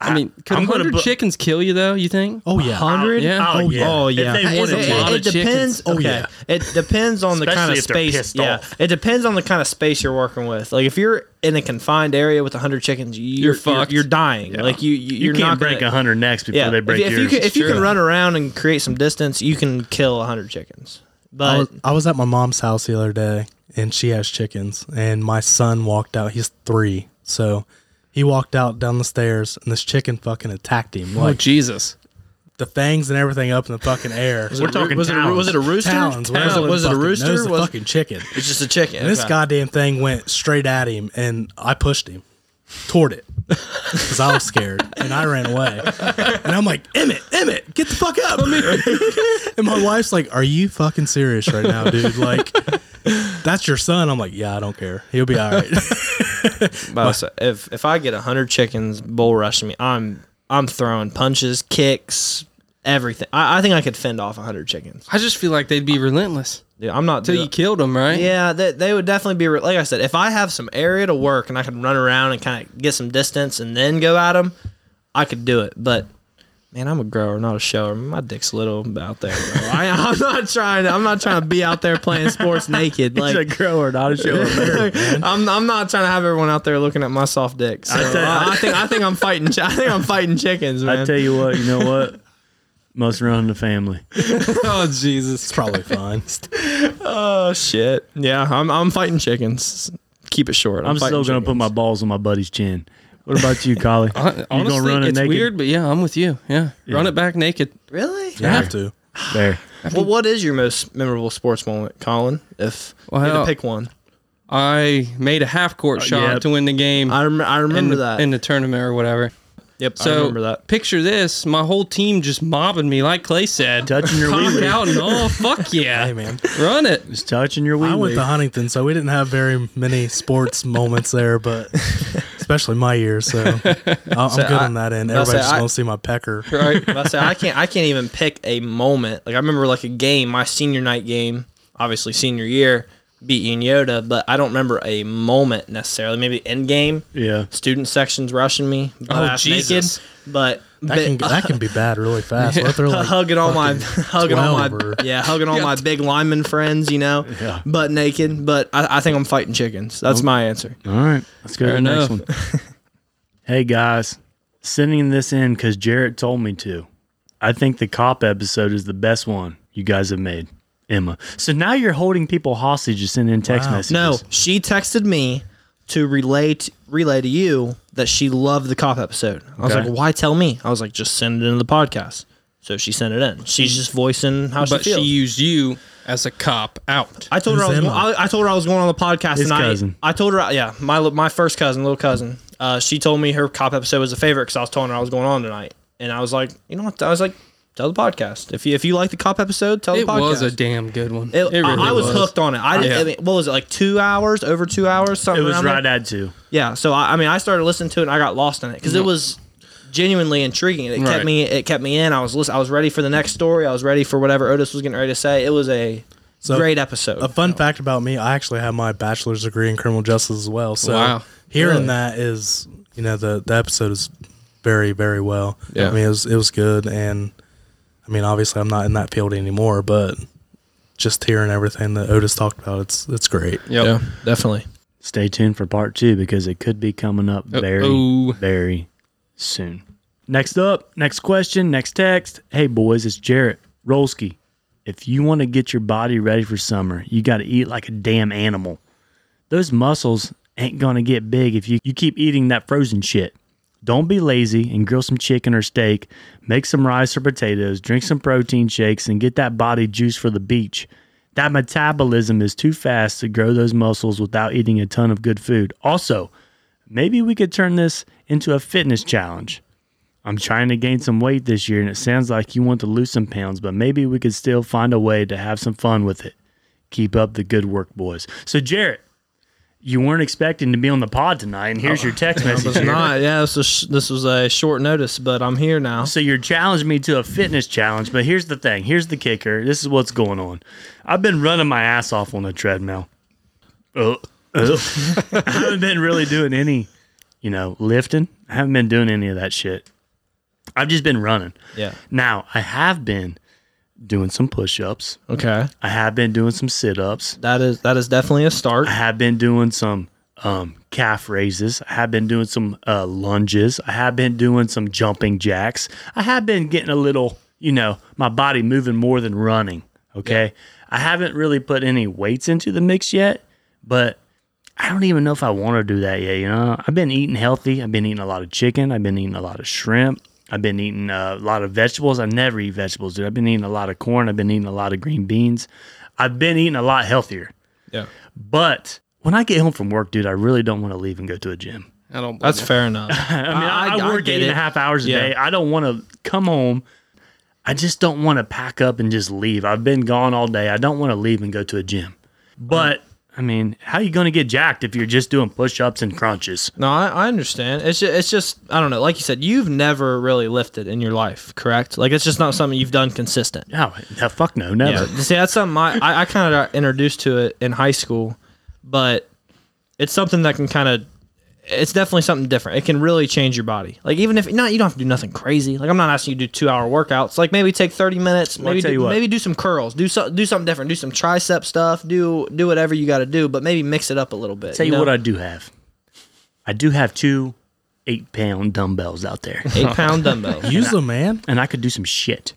[SPEAKER 3] I mean, could
[SPEAKER 1] I'm gonna
[SPEAKER 3] 100
[SPEAKER 1] bu-
[SPEAKER 3] chickens kill you, though, you think?
[SPEAKER 4] Oh yeah.
[SPEAKER 2] Hundred?
[SPEAKER 3] Yeah.
[SPEAKER 1] Oh,
[SPEAKER 2] Oh
[SPEAKER 1] yeah.
[SPEAKER 2] yeah.
[SPEAKER 1] If they
[SPEAKER 2] It,
[SPEAKER 1] wanted
[SPEAKER 2] it-
[SPEAKER 1] to.
[SPEAKER 2] it
[SPEAKER 3] Lot of
[SPEAKER 2] depends.
[SPEAKER 3] chickens.
[SPEAKER 2] Okay.
[SPEAKER 4] yeah.
[SPEAKER 2] It depends on the kind
[SPEAKER 1] Especially
[SPEAKER 2] of
[SPEAKER 1] if they're
[SPEAKER 2] space.
[SPEAKER 1] pissed
[SPEAKER 2] yeah.
[SPEAKER 1] off.
[SPEAKER 2] It depends on the kind of space you're working with. Like if you're in a confined area with hundred chickens, you're,
[SPEAKER 3] You're fucked.
[SPEAKER 2] You're, dying. Like you, you
[SPEAKER 1] you
[SPEAKER 2] you're
[SPEAKER 1] can't
[SPEAKER 2] not
[SPEAKER 1] break
[SPEAKER 2] gonna,
[SPEAKER 1] a hundred necks before
[SPEAKER 2] Yeah.
[SPEAKER 1] they break
[SPEAKER 2] if, if you
[SPEAKER 1] yours.
[SPEAKER 2] can, if you
[SPEAKER 3] Sure.
[SPEAKER 2] can run around and create some distance, you can kill hundred chickens.
[SPEAKER 4] I
[SPEAKER 2] But
[SPEAKER 4] was, I was at my mom's house the other day and she has chickens and my son walked out he's three so he walked out down the stairs and this chicken fucking attacked him
[SPEAKER 3] Oh,
[SPEAKER 4] like
[SPEAKER 3] Jesus.
[SPEAKER 4] the fangs and everything up in the fucking air
[SPEAKER 1] We're talking
[SPEAKER 2] was it, a,
[SPEAKER 1] towns.
[SPEAKER 2] was it a rooster?
[SPEAKER 4] Talons, whatever
[SPEAKER 2] Was it a
[SPEAKER 4] fucking- no, it's
[SPEAKER 2] rooster?
[SPEAKER 4] a
[SPEAKER 2] Was-
[SPEAKER 4] fucking chicken
[SPEAKER 2] It's just a chicken.
[SPEAKER 4] and this
[SPEAKER 2] Okay.
[SPEAKER 4] goddamn thing went straight at him and i pushed him toward it because i was scared and i ran away and i'm like emmett emmett get the fuck up and my wife's like are you fucking serious right now dude like that's your son i'm like yeah i don't care he'll be all right
[SPEAKER 2] But so if if I get hundred chickens bull rushing me, I'm I'm throwing punches, kicks, everything. I, I think I could fend off hundred chickens.
[SPEAKER 3] I just feel like they'd be relentless
[SPEAKER 2] Dude, I'm not.
[SPEAKER 3] till you killed them, right?
[SPEAKER 2] yeah, they, they would definitely be. re- Like I said, if I have some area to work and I can run around and kind of get some distance and then go at them, I could do it. But man, I'm a grower, not a shower. My dick's little out there. Bro. I, I'm not trying. To, I'm not trying to be out there playing sports naked.
[SPEAKER 1] He's
[SPEAKER 2] Like
[SPEAKER 1] a grower, not a show.
[SPEAKER 2] I'm, I'm not trying to have everyone out there looking at my soft dick. So
[SPEAKER 1] I
[SPEAKER 2] I,
[SPEAKER 1] tell-
[SPEAKER 2] I think I think I'm fighting. chi- I think I'm fighting chickens, man.
[SPEAKER 1] I tell you what, you know what? Must run the family.
[SPEAKER 3] Oh, Jesus.
[SPEAKER 4] it's probably fine
[SPEAKER 2] oh shit! Yeah, I'm I'm fighting chickens. Keep it short.
[SPEAKER 1] I'm still gonna put my balls on my buddy's chin. What about you, Collie?
[SPEAKER 3] Hon-
[SPEAKER 1] you
[SPEAKER 3] Honestly,
[SPEAKER 1] it
[SPEAKER 3] it's
[SPEAKER 1] naked?
[SPEAKER 3] weird, but yeah, I'm with you. Yeah. Run it back naked.
[SPEAKER 2] really.
[SPEAKER 4] you have to
[SPEAKER 1] There.
[SPEAKER 2] Well, what is your most memorable sports moment, Colin? If you had to
[SPEAKER 3] Well,
[SPEAKER 2] pick one,
[SPEAKER 3] I made a half court shot
[SPEAKER 1] yep.
[SPEAKER 3] to win the game
[SPEAKER 2] I rem- I
[SPEAKER 3] in,
[SPEAKER 2] remember
[SPEAKER 3] the,
[SPEAKER 2] that.
[SPEAKER 3] in the tournament or whatever.
[SPEAKER 2] yep,
[SPEAKER 3] So
[SPEAKER 2] I remember that.
[SPEAKER 3] picture this: my whole team just mobbing me, like Clay said,
[SPEAKER 1] Touching your
[SPEAKER 3] cock
[SPEAKER 1] wheelie.
[SPEAKER 3] out and all. Fuck yeah,
[SPEAKER 4] hey man
[SPEAKER 3] run it.
[SPEAKER 1] Just touching your wheelie.
[SPEAKER 4] i went to huntington so we didn't have very many sports moments there but especially my year so I- i'm good
[SPEAKER 2] I-
[SPEAKER 4] on that end
[SPEAKER 2] I'll say
[SPEAKER 4] everybody just
[SPEAKER 2] I-
[SPEAKER 4] wants to see my pecker
[SPEAKER 3] Right?
[SPEAKER 2] I said I can't. I can't even pick a moment. Like I remember, like a game, my senior night game, obviously senior year, beat Uniota, but I don't remember a moment necessarily. Maybe end game,
[SPEAKER 1] yeah.
[SPEAKER 2] student sections rushing me. butt ass
[SPEAKER 3] Jesus.
[SPEAKER 2] Naked, but
[SPEAKER 4] That can that can be bad really fast. What if they're like,
[SPEAKER 2] hugging all my hugging all my
[SPEAKER 4] 12 or-
[SPEAKER 2] yeah hugging all my big lineman friends, you know,
[SPEAKER 1] Yeah.
[SPEAKER 2] butt naked. But I, I think I'm fighting chickens.
[SPEAKER 4] Oh,
[SPEAKER 2] That's my answer.
[SPEAKER 1] All right. Let's go
[SPEAKER 3] Fair
[SPEAKER 1] to the next
[SPEAKER 3] enough.
[SPEAKER 1] one. hey guys. Sending this in because Jarrett told me to. I think the cop episode is the best one you guys have made. Emma. So now you're holding people hostage to send in text messages.
[SPEAKER 2] No, she texted me to relate relay to you that she loved the cop episode. I was
[SPEAKER 1] Okay.
[SPEAKER 2] like, why tell me? I was like, just send it into the podcast. So she sent it in. She's just voicing how
[SPEAKER 3] But
[SPEAKER 2] she
[SPEAKER 3] she
[SPEAKER 2] feels.
[SPEAKER 3] used you as a cop out.
[SPEAKER 2] I told her I, was
[SPEAKER 4] Who's
[SPEAKER 2] going, I, I told her I was going on the podcast
[SPEAKER 1] His
[SPEAKER 2] and I-
[SPEAKER 1] cousin.
[SPEAKER 2] I, told her yeah my li- my first cousin little cousin uh, she told me her cop episode was a favorite because I was telling her I was going on tonight and I was like you know what I was like tell the podcast if you if you like the cop episode tell
[SPEAKER 3] It
[SPEAKER 2] the podcast
[SPEAKER 3] was a damn good one. It,
[SPEAKER 2] It- I-
[SPEAKER 3] really
[SPEAKER 2] I, was, hooked on it I, didn't,
[SPEAKER 3] Yeah.
[SPEAKER 2] I mean, what was it like two hours over two hours
[SPEAKER 1] It
[SPEAKER 2] something
[SPEAKER 1] was
[SPEAKER 2] around there?
[SPEAKER 1] right at two.
[SPEAKER 2] Yeah, so I, I mean, I started listening to it and I got lost in it because
[SPEAKER 1] Mm.
[SPEAKER 2] it was genuinely intriguing. It
[SPEAKER 3] Right.
[SPEAKER 2] kept me, it kept me in. I was, lis- I was ready for the next story. I was ready for whatever Otis was getting ready to say. It was a
[SPEAKER 4] So,
[SPEAKER 2] great episode.
[SPEAKER 4] a fun fact about me? I actually have my bachelor's degree in criminal justice as well. So
[SPEAKER 3] Wow.
[SPEAKER 4] hearing
[SPEAKER 2] Really?
[SPEAKER 4] that is, you know, the the episode is very, very well.
[SPEAKER 2] Yeah.
[SPEAKER 4] I mean, it was it was good, and I mean, obviously, I'm not in that field anymore, but just hearing everything that Otis talked about, it's it's great.
[SPEAKER 3] Yep.
[SPEAKER 2] Yeah, definitely.
[SPEAKER 1] Stay tuned for part two because it could be coming up very,
[SPEAKER 3] Uh-oh.
[SPEAKER 1] very soon. Next up, next question, next text. Hey, boys, it's Jarrett Rolski. If you want to get your body ready for summer, you got to eat like a damn animal. Those muscles ain't going to get big if you, you keep eating that frozen shit. Don't be lazy and grill some chicken or steak, make some rice or potatoes, drink some protein shakes, and get that body juice for the beach. That metabolism is too fast to grow those muscles without eating a ton of good food. Also, maybe we could turn this into a fitness challenge. I'm trying to gain some weight this year, and it sounds like you want to lose some pounds, but maybe we could still find a way to have some fun with it. Keep up the good work, boys. So, Jarrett, you weren't expecting to be on the pod tonight, and here's your text message.
[SPEAKER 2] It's
[SPEAKER 1] here.
[SPEAKER 2] not. Yeah, this was this was a short notice, but I'm here now.
[SPEAKER 1] So you're challenging me to a fitness challenge, but here's the thing. Here's the kicker. This is what's going on. I've been running my ass off on the treadmill. Uh, uh. I haven't been really doing any, you know, lifting. I haven't been doing any of that shit. I've just been running.
[SPEAKER 2] Yeah.
[SPEAKER 1] Now, I have been doing some push-ups.
[SPEAKER 2] Okay.
[SPEAKER 1] I have been doing some sit-ups.
[SPEAKER 2] That is that is definitely a start.
[SPEAKER 1] I have been doing some um, calf raises. I have been doing some uh, lunges. I have been doing some jumping jacks. I have been getting a little, you know, my body moving more than running. Okay. I haven't really put any weights into the mix yet, but I don't even know if I want to do that yet. You know, I've been eating healthy. I've been eating a lot of chicken. I've been eating a lot of shrimp. I've been eating uh, a lot of vegetables. I never eat vegetables, dude. I've been eating a lot of corn. I've been eating a lot of green beans. I've been eating a lot healthier.
[SPEAKER 2] Yeah.
[SPEAKER 1] But when I get home from work, dude, I really don't want to leave and go to a gym.
[SPEAKER 3] I don't.
[SPEAKER 2] That's
[SPEAKER 3] blame
[SPEAKER 2] fair enough.
[SPEAKER 1] I mean, I, I, work eight and a half hours a
[SPEAKER 2] Yeah.
[SPEAKER 1] day. I don't want to come home. I just don't want to pack up and just leave. I've been gone all day. I don't want to leave and go to a gym. But I mean, how you going to get jacked if you're just doing push-ups and crunches?
[SPEAKER 2] No, I, I understand. It's just, it's just I don't know. Like you said, you've never really lifted in your life, correct? Like it's just not something you've done consistent.
[SPEAKER 1] No, no fuck no, never.
[SPEAKER 2] See, that's something I, I, I kind of got introduced to it in high school, but it's something that can kind of, it's definitely something different. It can really change your body. Like even if not, you don't have to do nothing crazy. Like I'm not asking you to do two hour workouts. Like maybe take 30 minutes.
[SPEAKER 1] I'll
[SPEAKER 2] Maybe
[SPEAKER 1] tell you
[SPEAKER 2] do,
[SPEAKER 1] what.
[SPEAKER 2] maybe do some curls. Do so, do something different. Do some tricep stuff. Do do whatever you got to do, but maybe mix it up a little bit.
[SPEAKER 1] Tell you
[SPEAKER 2] know?
[SPEAKER 1] what I do have. I do have two eight-pound dumbbells out there,
[SPEAKER 2] eight pound dumbbell.
[SPEAKER 4] Use them, man.
[SPEAKER 1] and I could do some shit.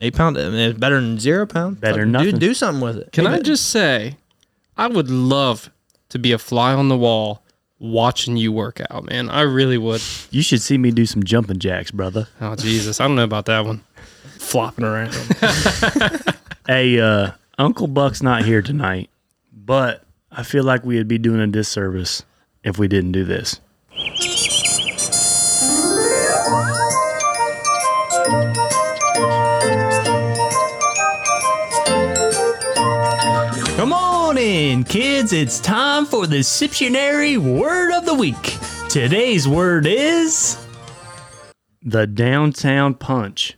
[SPEAKER 2] Eight pound. I mean, it's better than zero pound.
[SPEAKER 1] Better than
[SPEAKER 2] Fucking
[SPEAKER 1] nothing.
[SPEAKER 2] Do, do something with it.
[SPEAKER 3] Can
[SPEAKER 2] Hey,
[SPEAKER 3] I
[SPEAKER 2] but-
[SPEAKER 3] just say, I would love to be a fly on the wall watching you work out, man. I really would.
[SPEAKER 1] You should see me do some jumping jacks, brother.
[SPEAKER 3] Oh Jesus, I don't know about that one.
[SPEAKER 2] flopping around?
[SPEAKER 1] Hey, uh, Uncle Buck's not here tonight, but I feel like we'd be doing a disservice if we didn't do this. Come on in, kids. It's time for the Siptionary Word of the Week. Today's word is the Downtown Punch.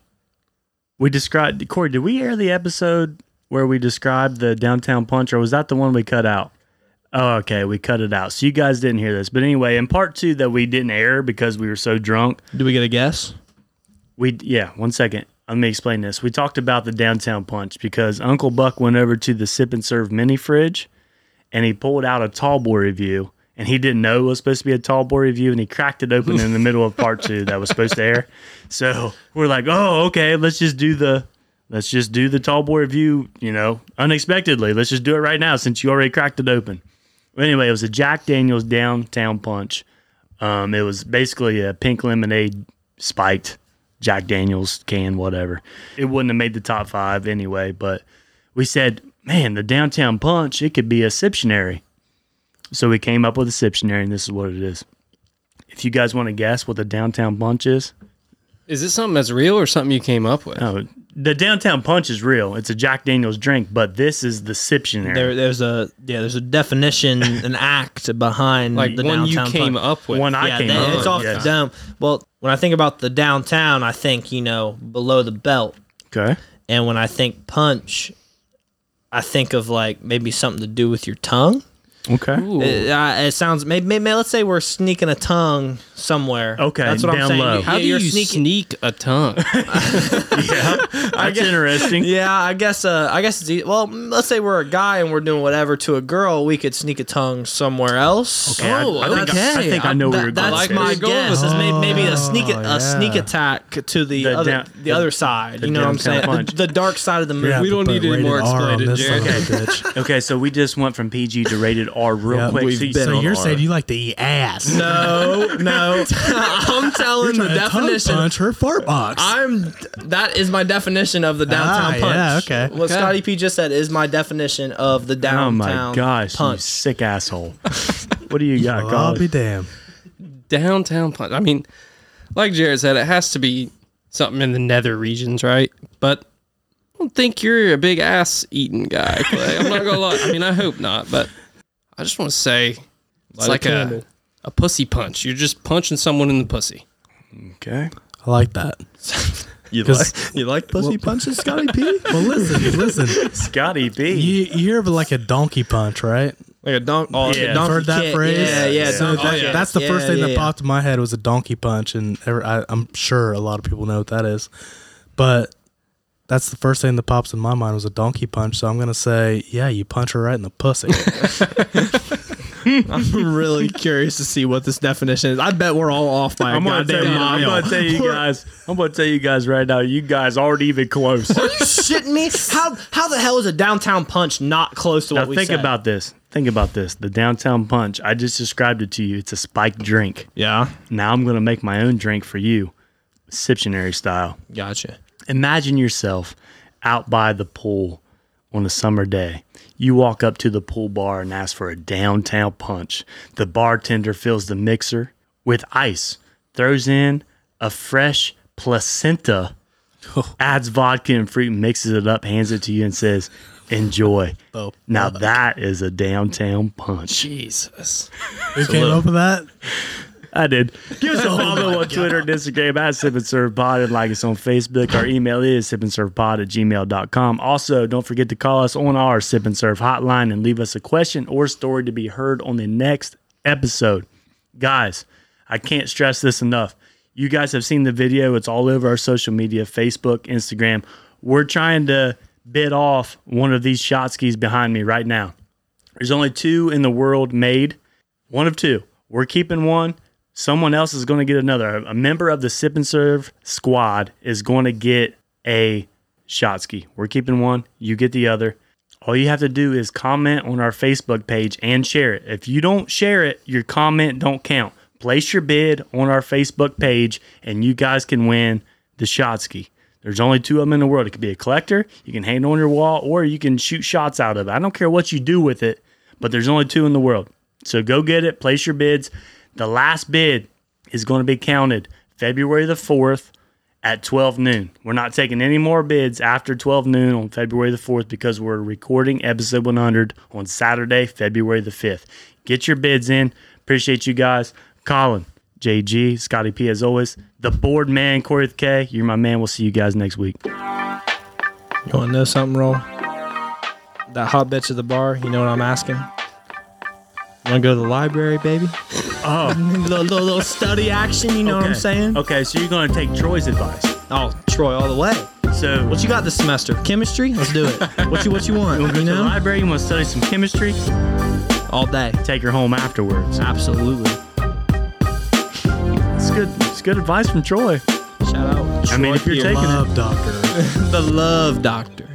[SPEAKER 1] We described Corey. Did we air the episode where we described the downtown punch, or was that the one we cut out? Oh, okay, we cut it out. So you guys didn't hear this, but anyway, in part two that we didn't air because we were so drunk.
[SPEAKER 2] do we get a guess?
[SPEAKER 1] We yeah. One second. Let me explain this. We talked about the downtown punch because Uncle Buck went over to the sip and serve mini fridge, and he pulled out a tall boy review, and he didn't know it was supposed to be a tall boy review, and he cracked it open in the middle of part two that was supposed to air. So we're like, oh, okay, let's just do the let's just do the tall boy review, you know, unexpectedly. Let's just do it right now since you already cracked it open. But anyway, it was a Jack Daniels downtown punch. Um, it was basically a pink lemonade spiked Jack Daniels can, whatever. It wouldn't have made the top five anyway, but we said, man, the downtown punch, it could be a Siptionary. So we came up with a Siptionary, and this is what it is. If you guys want to guess what the downtown punch is,
[SPEAKER 3] Is it something that's real or something you came up with?
[SPEAKER 1] oh, the downtown punch is real. It's a Jack Daniels drink, but this is the Siptionary.
[SPEAKER 2] There, there's a yeah. There's a definition, an act behind
[SPEAKER 3] like
[SPEAKER 2] the
[SPEAKER 3] one you
[SPEAKER 2] downtown
[SPEAKER 3] came
[SPEAKER 2] punch.
[SPEAKER 3] up with.
[SPEAKER 1] One I
[SPEAKER 2] yeah,
[SPEAKER 1] came
[SPEAKER 2] they-
[SPEAKER 1] up
[SPEAKER 2] it's
[SPEAKER 1] with.
[SPEAKER 2] off
[SPEAKER 1] yeah.
[SPEAKER 2] the dome. Well, when I think about the downtown, I think you know below the belt,
[SPEAKER 1] Okay.
[SPEAKER 2] and when I think punch, I think of like maybe something to do with your tongue. uh,
[SPEAKER 1] Okay.
[SPEAKER 3] Ooh.
[SPEAKER 2] It, I- it sounds maybe, maybe let's say we're sneaking a tongue somewhere.
[SPEAKER 1] Okay,
[SPEAKER 2] that's what I'm
[SPEAKER 1] down
[SPEAKER 2] saying.
[SPEAKER 1] low.
[SPEAKER 2] Yeah,
[SPEAKER 3] How do you
[SPEAKER 2] you're sneaking-
[SPEAKER 3] sneak a tongue?
[SPEAKER 1] That's interesting.
[SPEAKER 2] Yeah, I guess. Uh, I guess. It's, e- well, mm, let's say we're a guy and we're doing whatever to a girl, we could sneak a tongue somewhere else.
[SPEAKER 1] Okay, I-
[SPEAKER 4] Oh,
[SPEAKER 1] I, think I, I
[SPEAKER 3] okay.
[SPEAKER 1] think I know where you're
[SPEAKER 2] That-
[SPEAKER 1] going.
[SPEAKER 2] that's
[SPEAKER 1] with
[SPEAKER 3] like
[SPEAKER 1] this.
[SPEAKER 2] my
[SPEAKER 3] where you're going
[SPEAKER 2] guess.
[SPEAKER 3] with
[SPEAKER 2] Is may- maybe a sneak a,
[SPEAKER 4] Oh, yeah.
[SPEAKER 2] sneak attack to the,
[SPEAKER 1] The
[SPEAKER 2] other
[SPEAKER 1] down-
[SPEAKER 2] the,
[SPEAKER 1] the-
[SPEAKER 2] other side.
[SPEAKER 1] the
[SPEAKER 2] You know what I'm
[SPEAKER 1] downtown
[SPEAKER 2] saying?
[SPEAKER 1] punch.
[SPEAKER 2] The, the dark side of the moon.
[SPEAKER 4] You're gonna have
[SPEAKER 3] We
[SPEAKER 4] to
[SPEAKER 3] don't
[SPEAKER 4] put
[SPEAKER 3] need any
[SPEAKER 4] rated
[SPEAKER 3] more
[SPEAKER 4] R on
[SPEAKER 3] explaining,
[SPEAKER 4] this
[SPEAKER 3] Jared.
[SPEAKER 4] son of a bitch.
[SPEAKER 1] Okay, so we just went from PG to rated R real
[SPEAKER 4] Yeah,
[SPEAKER 1] quick.
[SPEAKER 4] we've
[SPEAKER 1] So you-
[SPEAKER 2] been
[SPEAKER 1] so
[SPEAKER 4] So
[SPEAKER 2] on
[SPEAKER 1] you're-
[SPEAKER 4] you're
[SPEAKER 2] R.
[SPEAKER 4] saying you like to eat ass?
[SPEAKER 2] No, no. I'm telling the
[SPEAKER 4] Trying to tongue
[SPEAKER 2] definition.
[SPEAKER 4] Punch her fart box.
[SPEAKER 2] I'm. That is my definition of the downtown
[SPEAKER 4] Ah,
[SPEAKER 2] punch.
[SPEAKER 4] yeah, okay.
[SPEAKER 2] What
[SPEAKER 3] Okay.
[SPEAKER 2] Scotty P just said is my definition of the
[SPEAKER 1] oh
[SPEAKER 2] downtown.
[SPEAKER 1] my gosh, you
[SPEAKER 2] punch.
[SPEAKER 1] sick asshole. what do you got,
[SPEAKER 4] well, I'll
[SPEAKER 1] Colin?
[SPEAKER 4] be damned.
[SPEAKER 3] downtown punch. I mean, like Jared said, it has to be something in the nether regions, right? But I don't think you're a big ass eating guy, Clay. I'm not gonna lie. I mean, I hope not, but I just want to say it's like a, a pussy punch. You're just punching someone in the pussy.
[SPEAKER 1] Okay.
[SPEAKER 4] I like that.
[SPEAKER 2] You
[SPEAKER 4] 'Cause-
[SPEAKER 2] you like pussy punches, Scotty P?
[SPEAKER 4] Well, listen, listen.
[SPEAKER 1] Scotty B.
[SPEAKER 4] You, you hear of like a donkey punch, right?
[SPEAKER 2] Like a donk. Oh,
[SPEAKER 1] Yeah.
[SPEAKER 2] yeah. donkey
[SPEAKER 4] Heard that
[SPEAKER 2] kick.
[SPEAKER 4] phrase?
[SPEAKER 2] Yeah, yeah.
[SPEAKER 4] So
[SPEAKER 2] donkey
[SPEAKER 4] that-
[SPEAKER 2] kick.
[SPEAKER 4] that's the
[SPEAKER 2] Yeah,
[SPEAKER 4] first thing
[SPEAKER 2] yeah,
[SPEAKER 4] that
[SPEAKER 2] yeah.
[SPEAKER 4] popped in my head was a donkey punch, and every, I, I'm sure a lot of people know what that is, but that's the first thing that pops in my mind was a donkey punch. So I'm gonna say, yeah, you punch her right in the pussy.
[SPEAKER 2] I'm really curious to see what this definition is. I bet we're all off by a
[SPEAKER 1] I'm gonna, tell
[SPEAKER 2] goddamn
[SPEAKER 1] you, I'm
[SPEAKER 2] mile.
[SPEAKER 1] gonna tell you guys. I'm gonna tell you guys right now. You guys aren't even close.
[SPEAKER 2] Are you shitting me? How how the hell is a downtown punch not close to
[SPEAKER 1] now
[SPEAKER 2] what we
[SPEAKER 1] think
[SPEAKER 2] said?
[SPEAKER 1] about this. Think about this. The downtown punch. I just described it to you. It's a spiked drink.
[SPEAKER 2] Yeah,
[SPEAKER 1] Now I'm gonna make my own drink for you, Siptionary style.
[SPEAKER 2] gotcha.
[SPEAKER 1] Imagine yourself out by the pool on a summer day. You walk up to the pool bar and ask for a downtown punch. The bartender fills the mixer with ice, throws in a fresh placenta, adds vodka and fruit, mixes it up, hands it to you, and says, Enjoy.
[SPEAKER 4] Oh,
[SPEAKER 1] now that is a downtown punch.
[SPEAKER 3] Jesus.
[SPEAKER 4] Who came up with that?
[SPEAKER 1] I did. Give us a follow on Twitter and Instagram at Sip and Serve Pod and like us on Facebook. Our email is sip and serve pod at gmail.com. Also, don't forget to call us on our Sip and Serve hotline and leave us a question or story to be heard on the next episode. Guys, I can't stress this enough. You guys have seen the video, it's all over our social media Facebook, Instagram. We're trying to bid off one of these shot skis behind me right now. There's only two in the world made. One of two. We're keeping one. Someone else is going to get another. A member of the Sip and Serve squad is going to get a shot ski. We're keeping one. You get the other. All you have to do is comment on our Facebook page and share it. If you don't share it, your comment don't count. Place your bid on our Facebook page and you guys can win the shot ski. There's only two of them in the world. It could be a collector, you can hang it on your wall, or you can shoot shots out of it. I don't care what you do with it, but there's only two in the world. So go get it, place your bids. The last bid is going to be counted February the 4th at 12 noon. We're not taking any more bids after 12 noon on February the 4th because we're recording episode 100 on Saturday, February the 5th. Get your bids in. Appreciate you guys. Colin, JG, Scotty P, as always, the board man, Corey with K. You're my man. We'll see you guys next week.
[SPEAKER 2] You want to know something, roll? That hot bitch at the bar. You know what I'm asking? Want to go to the library, baby?
[SPEAKER 1] Oh,
[SPEAKER 2] little, little, little study action. You know what I'm saying?
[SPEAKER 1] Okay, so you're going to take Troy's advice.
[SPEAKER 2] Oh, Troy, all the way.
[SPEAKER 1] So,
[SPEAKER 2] What you got this semester? Chemistry? Let's do it. What you What you want?
[SPEAKER 1] go
[SPEAKER 2] You
[SPEAKER 1] to the
[SPEAKER 2] know?
[SPEAKER 1] library, you want to study some chemistry,
[SPEAKER 2] All day.
[SPEAKER 1] take her home afterwards.
[SPEAKER 2] Absolutely.
[SPEAKER 1] It's good. It's good advice from Troy.
[SPEAKER 2] Shout out.
[SPEAKER 1] I mean,
[SPEAKER 2] Troy
[SPEAKER 1] if you're
[SPEAKER 2] P.
[SPEAKER 1] taking it.
[SPEAKER 4] Love doctor.
[SPEAKER 2] the love doctor.